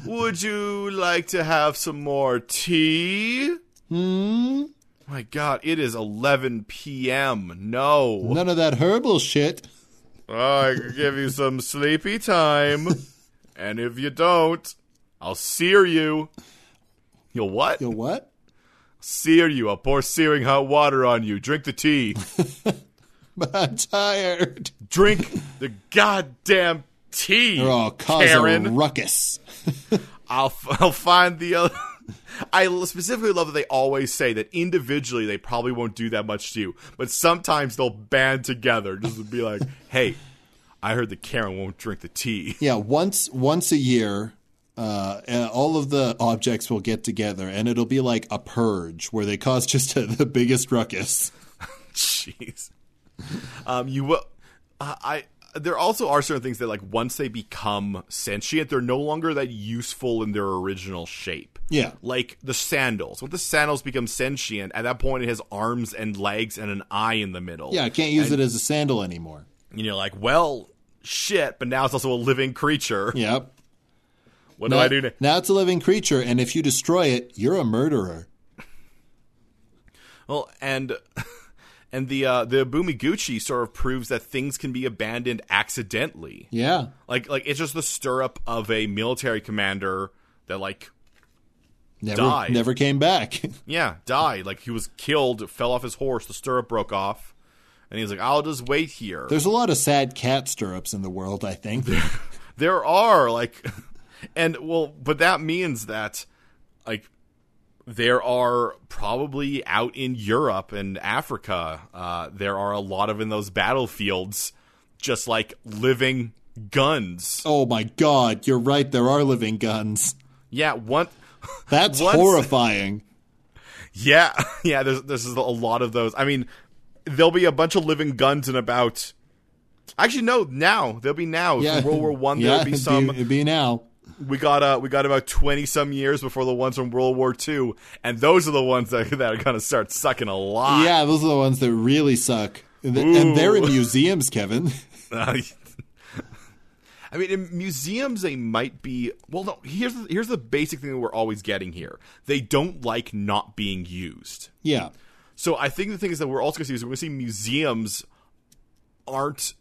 Would you like to have some more tea? Hmm. My God, it is 11 p.m. No, None of that herbal shit. I could give you some sleepy *laughs* time, and if you don't, I'll sear you. You'll what? Yo, what? sear you. I'll pour searing hot water on you. Drink the tea. But *laughs* I'm tired. Drink the goddamn tea. Oh, cause a Karen. ruckus. I'll, *laughs* f- I'll find the other. *laughs* I specifically love that they always say that individually they probably won't do that much to you, but sometimes they'll band together just to be like, hey, I heard that Karen won't drink the tea. *laughs* Yeah, once once a year, uh, uh, all of the objects will get together, and it'll be like a purge where they cause just *laughs* a, the biggest ruckus. Jeez. Um, you will. I. I- There also are certain things that, like, once they become sentient, they're no longer that useful in their original shape. Yeah. Like the sandals. When the sandals become sentient, at that point it has arms and legs and an eye in the middle. Yeah, I can't use it as a sandal anymore. And you're like, well, shit, but now it's also a living creature. Yep. What do Now, I do now? now it's a living creature, and if you destroy it, you're a murderer. Well, and *laughs* and the uh, the Bumiguchi sort of proves that things can be abandoned accidentally. Yeah. Like like it's just the stirrup of a military commander that like Never, Died. never came back. *laughs* yeah, died. Like he was killed, fell off his horse, the stirrup broke off. And he's like, I'll just wait here. There's a lot of sad cat stirrups in the world, *laughs* I think. there are like *laughs* and well but that means that like there are probably out in Europe and Africa uh there are a lot of in those battlefields just like living guns oh my god, you're right, there are living guns. yeah one That's Once- horrifying. yeah *laughs* yeah there's there's a lot of those i mean there'll be a bunch of living guns in about actually no now there'll be now yeah. world war 1 Yeah, there'll be it'd some it'd be now. we got uh, we got about twenty some years before the ones from World War II, and those are the ones that, that are gonna start sucking a lot. Yeah, those are the ones that really suck. And th- and they're in museums, Kevin. *laughs* Uh, *laughs* I mean, in museums they might be. Well, no. Here's the, here's the basic thing that we're always getting here. They don't like not being used. yeah. So I think the thing is that we're also going to see is we're going to see museums aren't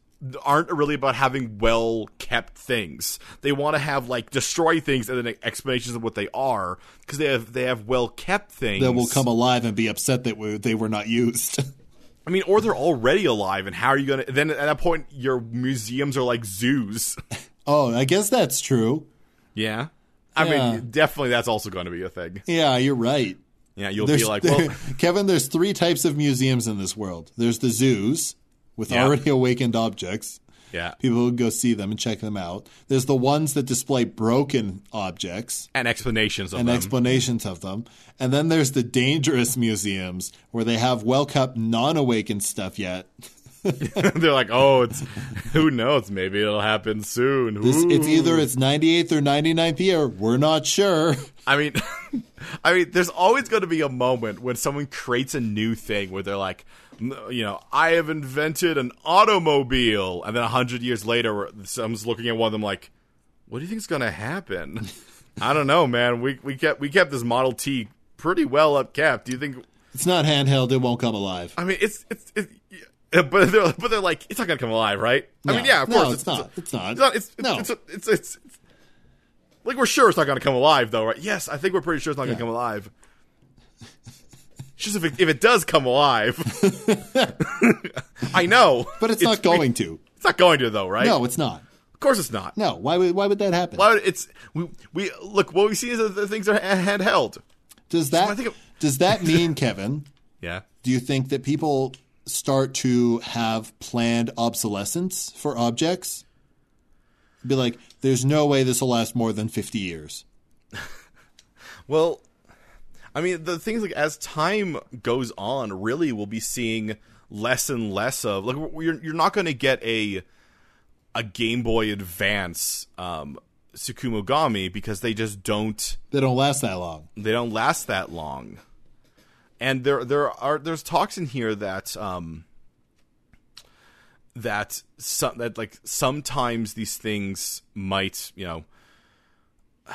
aren't really about having well kept things. They want to have like destroy things and then explanations of what they are because they have they have well kept things That will come alive and be upset that we, they were not used. *laughs* I mean, or they're already alive, and how are you gonna? Then at that point, your museums are like *laughs* zoos. Oh, I guess that's true. Yeah, I Yeah. mean, definitely that's also going to be a thing. Yeah, you're right. Yeah, you'll There's, be *laughs* like, well, there- Kevin, there's three types of museums in this world. There's the zoos with Yeah. already awakened objects. yeah, People would go see them and check them out. There's the ones that display broken objects and explanations of and them. explanations of them. And then there's the dangerous museums where they have well kept, non awakened stuff yet. *laughs* they're like, oh, it's who knows? Maybe it'll happen soon. It's, it's Ooh. either its 98th or 99th year. We're not sure. *laughs* I mean, *laughs* I mean, there's always going to be a moment when someone creates a new thing where they're like, "N- you know, I have invented an automobile, and then a hundred years later, someone's looking at one of them like, what do you think's going to happen? I don't know, man. We we kept we kept this Model T pretty well up kept. Do you think? It's not handheld. It won't come alive. I mean, it's it's. it's yeah, *laughs* but they're but they're like it's not gonna come alive, right? I mean, No. yeah, of No, course it's not. It's not. it's not. It's, it's, No. it's, it's, it's, it's- like we're sure it's not going to come alive, though, right? Yes, I think we're pretty sure it's not going Yeah. to come alive. It's just if it, if it does come alive, *laughs* I know, But it's, not going to. It's not going to though, right? No, it's not. of course it's not. No, why would why would that happen? Why would- it's we we look what we see is that the things are ha- handheld. Does I that think it- *laughs* does that mean, Kevin? Yeah, Do you think that people start to have planned obsolescence for objects? Be like, there's no way this will last more than fifty years. Well, I mean, the things like as time goes on, really, we'll be seeing less and less of. Like, w- you're you're not going to get a a Game Boy Advance um, Sukumogami because they just don't They don't last that long. they don't last that long. And there there are there's talks in here that um that some that like sometimes these things might, you know, *sighs*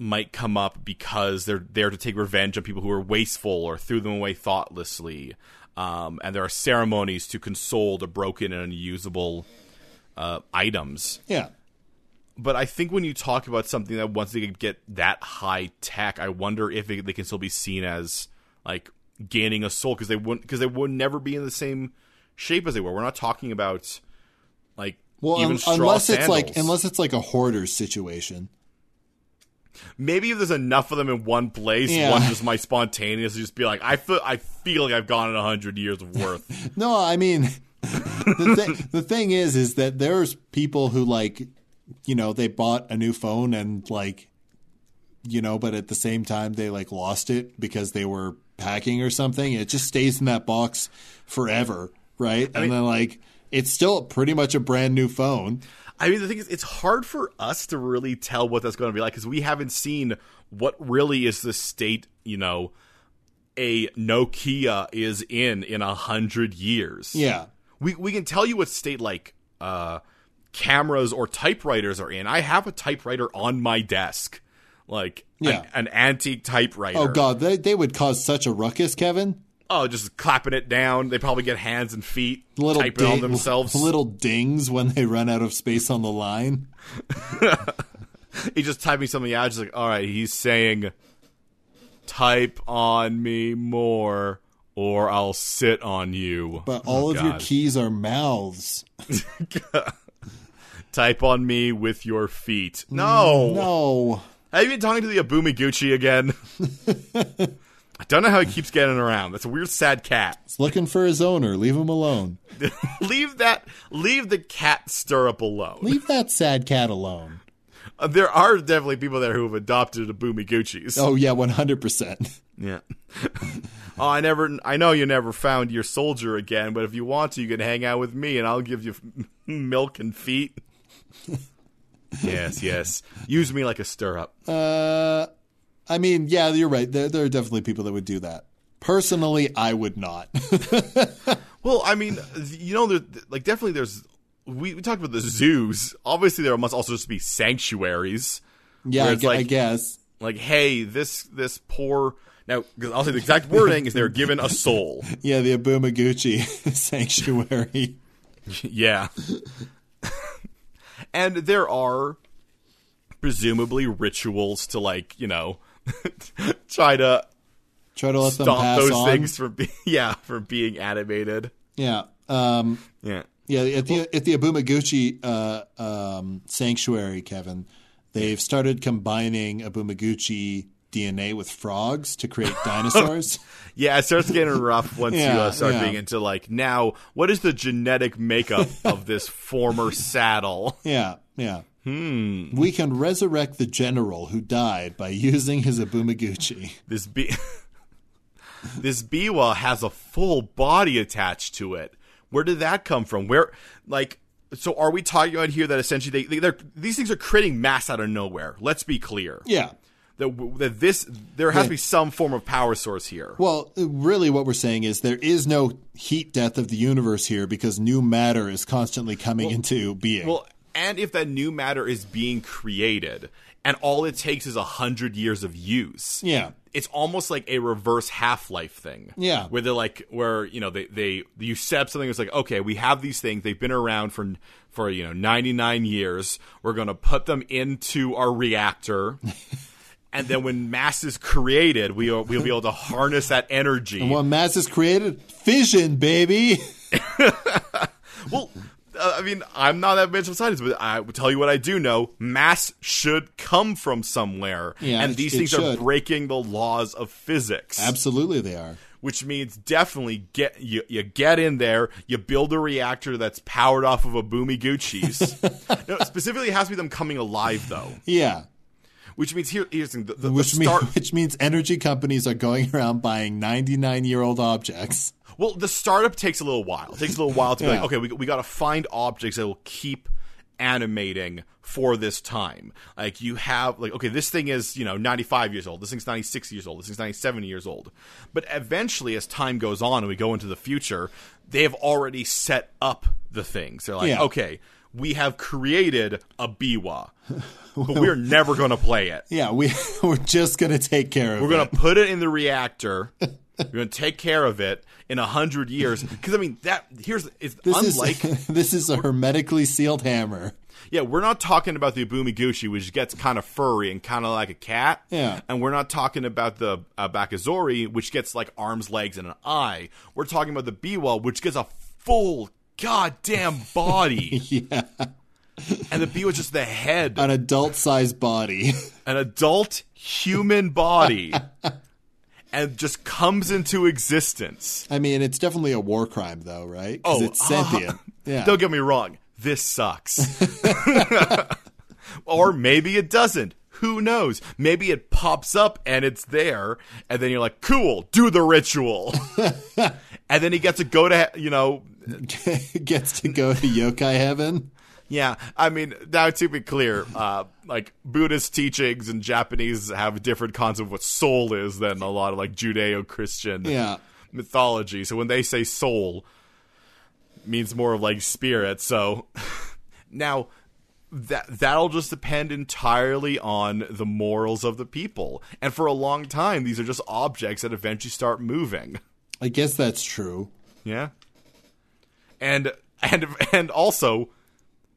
might come up because they're there to take revenge on people who were wasteful or threw them away thoughtlessly. Um, and there are ceremonies to console the broken and unusable uh, items Yeah. but I think when you talk about something that once they get that high tech, I wonder if it, they can still be seen as like gaining a soul because they wouldn't because they would never be in the same shape as they were. We're not talking about like Well, even un- straw unless it's sandals. like unless it's like a hoarder's situation. maybe if there's enough of them in one place, Yeah. one just might spontaneously just be like, I feel I feel like I've gone a hundred years of worth. No, I mean, *laughs* the, thi- the thing is, is that there's people who like, you know, they bought a new phone and like, you know, but at the same time they like lost it because they were packing or something. It just stays in that box forever, right? and then like, it's still pretty much a brand new phone. I mean, the thing is, it's hard for us to really tell what that's going to be like because we haven't seen what really is the state, you know, a Nokia is in in a hundred years. Yeah, we we can tell you what state like uh, cameras or typewriters are in. I have a typewriter on my desk, like an- Yeah. an, antique typewriter. Oh God, they they would cause such a ruckus, Kevin. Oh, just clapping it down. They probably get hands and feet Little typing on ding- themselves. *laughs* Little dings when they run out of space on the line. He just typing something out. Just like, all right, he's saying, "Type on me more, or I'll sit on you." But all of your Oh, God. keys are mouths. Type on me with your feet. No, Mm, No. have you been talking to the Abumiguchi *laughs* again? I don't know how he keeps getting around. That's a weird, sad cat. He's looking for his owner. Leave him alone. leave that. Leave the cat stirrup alone. Leave that sad cat alone. Uh, there are definitely people there who have adopted Abumiguchis. Oh yeah, one hundred percent. Yeah. oh, I never. I know you never found your soldier again, but if you want to, you can hang out with me, and I'll give you *laughs* f- milk and feet. yes, yes. Use me like a stirrup. Uh, I mean, yeah, you're right. There, there are definitely people that would do that. Personally, I would not. *laughs* Well, I mean, you know, there, like definitely, there's. We, we talked about the zoos. Obviously, there must also just be sanctuaries. yeah, Where I, it's gu- I like- guess. Like, hey, this this poor. Now, 'cause I'll say the exact wording is they're given a soul. Yeah, the Abumaguchi *laughs* sanctuary. Yeah. *laughs* and there are *laughs* presumably rituals to like, you know, try to Try to let them stop pass those on. things from be- *laughs* yeah from being animated. Yeah. Um, Yeah. Yeah, at the at the Abumaguchi uh, um, sanctuary, Kevin, they've started combining Abumaguchi DNA with frogs *laughs* to create dinosaurs. Yeah, it starts getting rough once you Yeah, uh, start yeah. being into like now. What is the genetic makeup of this former saddle? yeah, yeah. Hmm. We can resurrect the general who died by using his Abumaguchi. This be *laughs* this biwa has a full body attached to it. Where did that come from? Where like so? Are we talking about here that essentially they, they they're these things are creating mass out of nowhere? Let's be clear Yeah. that w- that this there has to be some form of power source here. Well, really, what we're saying is there is no heat death of the universe here because new matter is constantly coming into being. Well, and if that new matter is being created, and all it takes is a hundred years of use, yeah. it's almost like a reverse Half Life thing. Yeah. where they're like, where you know they they you set up something that's like, okay, we have these things. They've been around for for you know ninety nine years. We're gonna put them into our *laughs* reactor. And then when mass is created, we will, we'll be able to harness that energy. When mass is created, fission, baby. Well, uh, I mean, I'm not that much of a scientist, but I will tell you what I do know: mass should come from somewhere, Yeah, and it- these it things are should. breaking the laws of physics. Absolutely, they are. Which means definitely get you, you get in there, you build a reactor that's powered off of a Boomy *laughs* Gucci's. no, specifically, it has to be them coming alive though, Yeah. which means here, here's the, thing, the, the, the Which, mean, start. which means energy companies are going around buying 99 year old objects. Well, the startup takes a little while. It takes a little while to be like, Yeah. okay, we, we got to find objects that will keep animating for this time. Like, you have, like, okay, this thing is, you know, 95 years old. This thing's 96 years old. This thing's 97 years old. But eventually, as time goes on and we go into the future, they've already set up the things. They're like, Yeah. okay, we have created a biwa, *laughs* but we're never going to play it. Yeah, we, *laughs* we're just going to take care of We're gonna put it in the *laughs* reactor. We're gonna take care of it in a hundred years. Because I mean, that here's it's this unlike. Is, *laughs* this is a hermetically sealed hammer. yeah, we're not talking about the Abumiguchi, which gets kind of furry and kind of like a cat. Yeah. and we're not talking about the uh, Bakazori, which gets like arms, legs, and an eye. We're talking about the Biwa, which gets a full goddamn *laughs* body. yeah, and the Biwa is just the head, An adult sized body. *laughs* an adult human body. And just comes into existence. I mean, it's definitely a war crime, though, right? 'Cause Oh, *laughs* it's sentient. yeah. *laughs* Don't get me wrong. This sucks. *laughs* or maybe it doesn't. Who knows? Maybe it pops up and it's there, and then you're like, "Cool, do the *laughs* ritual," and then he gets to go to you know. Gets to go to yokai heaven. Yeah, I mean, now to be clear, uh, like Buddhist teachings and Japanese have different concept of what soul is than a lot of like Judeo-Christian Yeah. mythology. So when they say soul, it means more of like spirit. So *laughs* now that that'll just depend entirely on the morals of the people. And for a long time, these are just objects that eventually start moving. I guess that's true. Yeah. And and and also,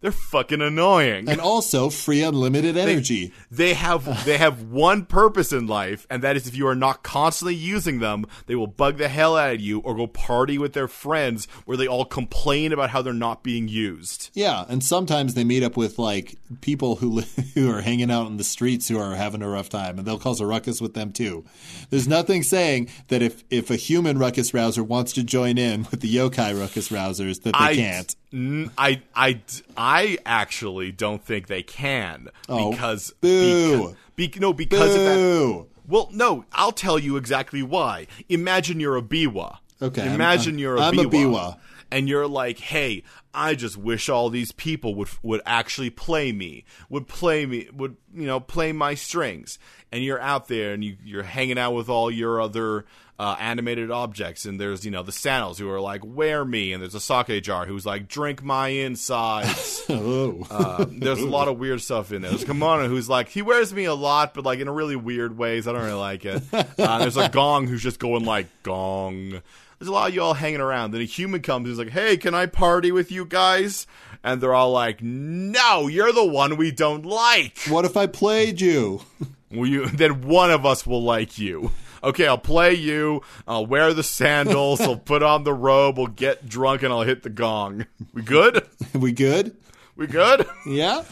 they're fucking annoying. And also free unlimited energy. They have they have one purpose in life, and that is if you are not constantly using them, they will bug the hell out of you or go party with their friends where they all complain about how they're not being used. Yeah, and sometimes they meet up with like people who li- *laughs* who are hanging out in the streets who are having a rough time, and they'll cause a ruckus with them too. There's nothing saying that if if a human ruckus rouser wants to join in with the yokai ruckus rousers that they I can't. n- I I d- I actually don't think they can Oh, because boo. beca- be- no because of that Boo! Well, no, I'll tell you exactly why. Imagine you're a biwa. Okay, I'm- Imagine I'm- you're a I'm biwa. a biwa. And you're like, hey, I just wish all these people would would actually play me, would play me, would you know, play my strings. And you're out there and you, you're hanging out with all your other uh, animated objects. And there's you know the sandals who are like, wear me. And there's a sake jar who's like, drink my insides. Oh, Uh, there's a lot of weird stuff in there. There's Kimono who's like he wears me a lot, but like in a really weird ways. I don't really like it. Uh, there's a Gong who's just going like Gong. There's a lot of you all hanging around. Then a human comes who's like, "Hey, can I party with you guys?" And they're all like, "No, you're the one we don't like." what if I played you? Will you? Then one of us will like you. okay, I'll play you. I'll wear the sandals. I'll put on the robe. We'll get drunk and I'll hit the gong. We good? we good? We good? Yeah.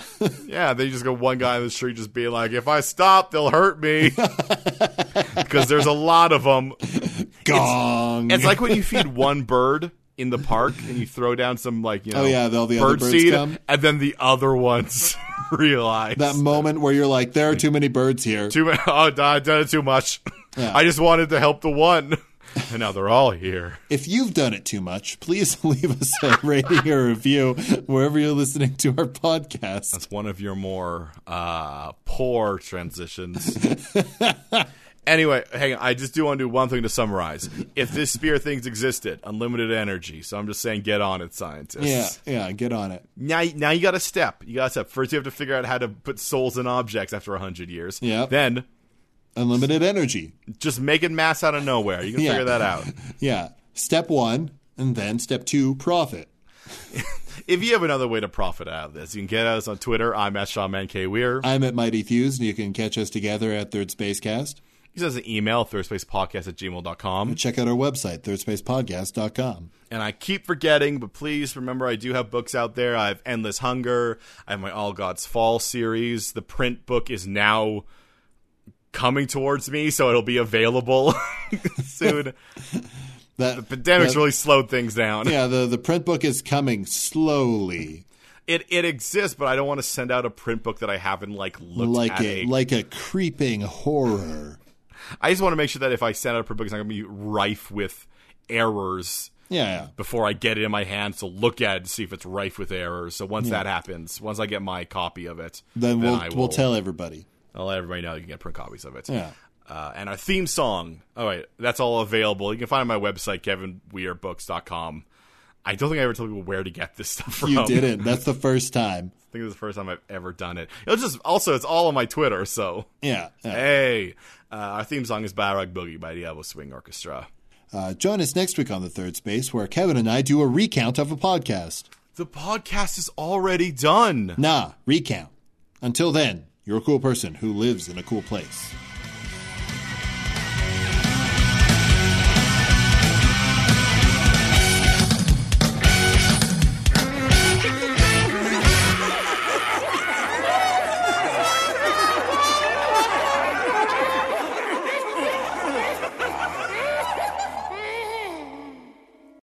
Yeah, they just go one guy in the street just being like, if I stop, they'll hurt *laughs* me. Because there's a lot of them. *laughs* Gong. It's like when you feed one bird in the park and you throw down some, like, you know, Oh, yeah, all the other bird birds seed, come. and then the other ones *laughs* realize. that moment where you're like, there are too many birds here. too much. Oh, I done it too much. Yeah. I just wanted to help the one. And now they're all here. If you've done it too much, please *laughs* leave us a rating or review wherever you're listening to our podcast. It's one of your more uh, poor *laughs* transitions. anyway, hang on. I just do want to do one thing to summarize. If this spear thing's existed, unlimited energy. So I'm just saying, get on it, scientists. Yeah, yeah, get on it. Now, now you got to step. You got to step. First, you have to figure out how to put souls in objects after hundred years. Yeah. Then, Unlimited energy. just making mass out of nowhere. You can Yeah. figure *laughs* that out. Yeah. Step one, and then step two, profit. If you have another way to profit out of this, you can get us on Twitter. I'm at Shaman K. Weir. I'm at Mighty Thews, and you can catch us together at Third Space Cast. You can send us an email, thirdspacepodcast at gmail.com. Check out our website, thirdspacepodcast.com. and I keep forgetting, but please remember I do have books out there. I have Endless Hunger, I have my All Gods Fall series. The print book is now coming towards me, so it'll be available *laughs* *laughs* soon. That Pandemic's that- really slowed things down. yeah, the the print book is coming slowly, It it exists, but I don't want to send out a print book that I haven't like looked like at. a a- like a *laughs* creeping horror. I just want to make sure that if I send out a print book, it's not going to be rife with errors Yeah, before I get it in my hand to look at it to see if it's rife with errors. So once that happens, once I get my copy of it, then we'll I will, we'll tell everybody. I'll let everybody know you can get print copies of it. Yeah. Uh, and our theme song. All right, that's all available. You can find it on my website, kevinweirbooks.com. I don't think I ever told people where to get this *laughs* stuff from. You did *laughs* it. That's the first time. I think this is the first time I've ever done it. It's just also it's all on my Twitter. So Yeah. yeah. hey, uh, our theme song is "Bayrog Boogie" by Diablo Swing Orchestra. Uh, join us next week on the Third Space, where Kevin and I do a recount of a podcast. The podcast is already done. Nah, recount. Until then, you're a cool person who lives in a cool place.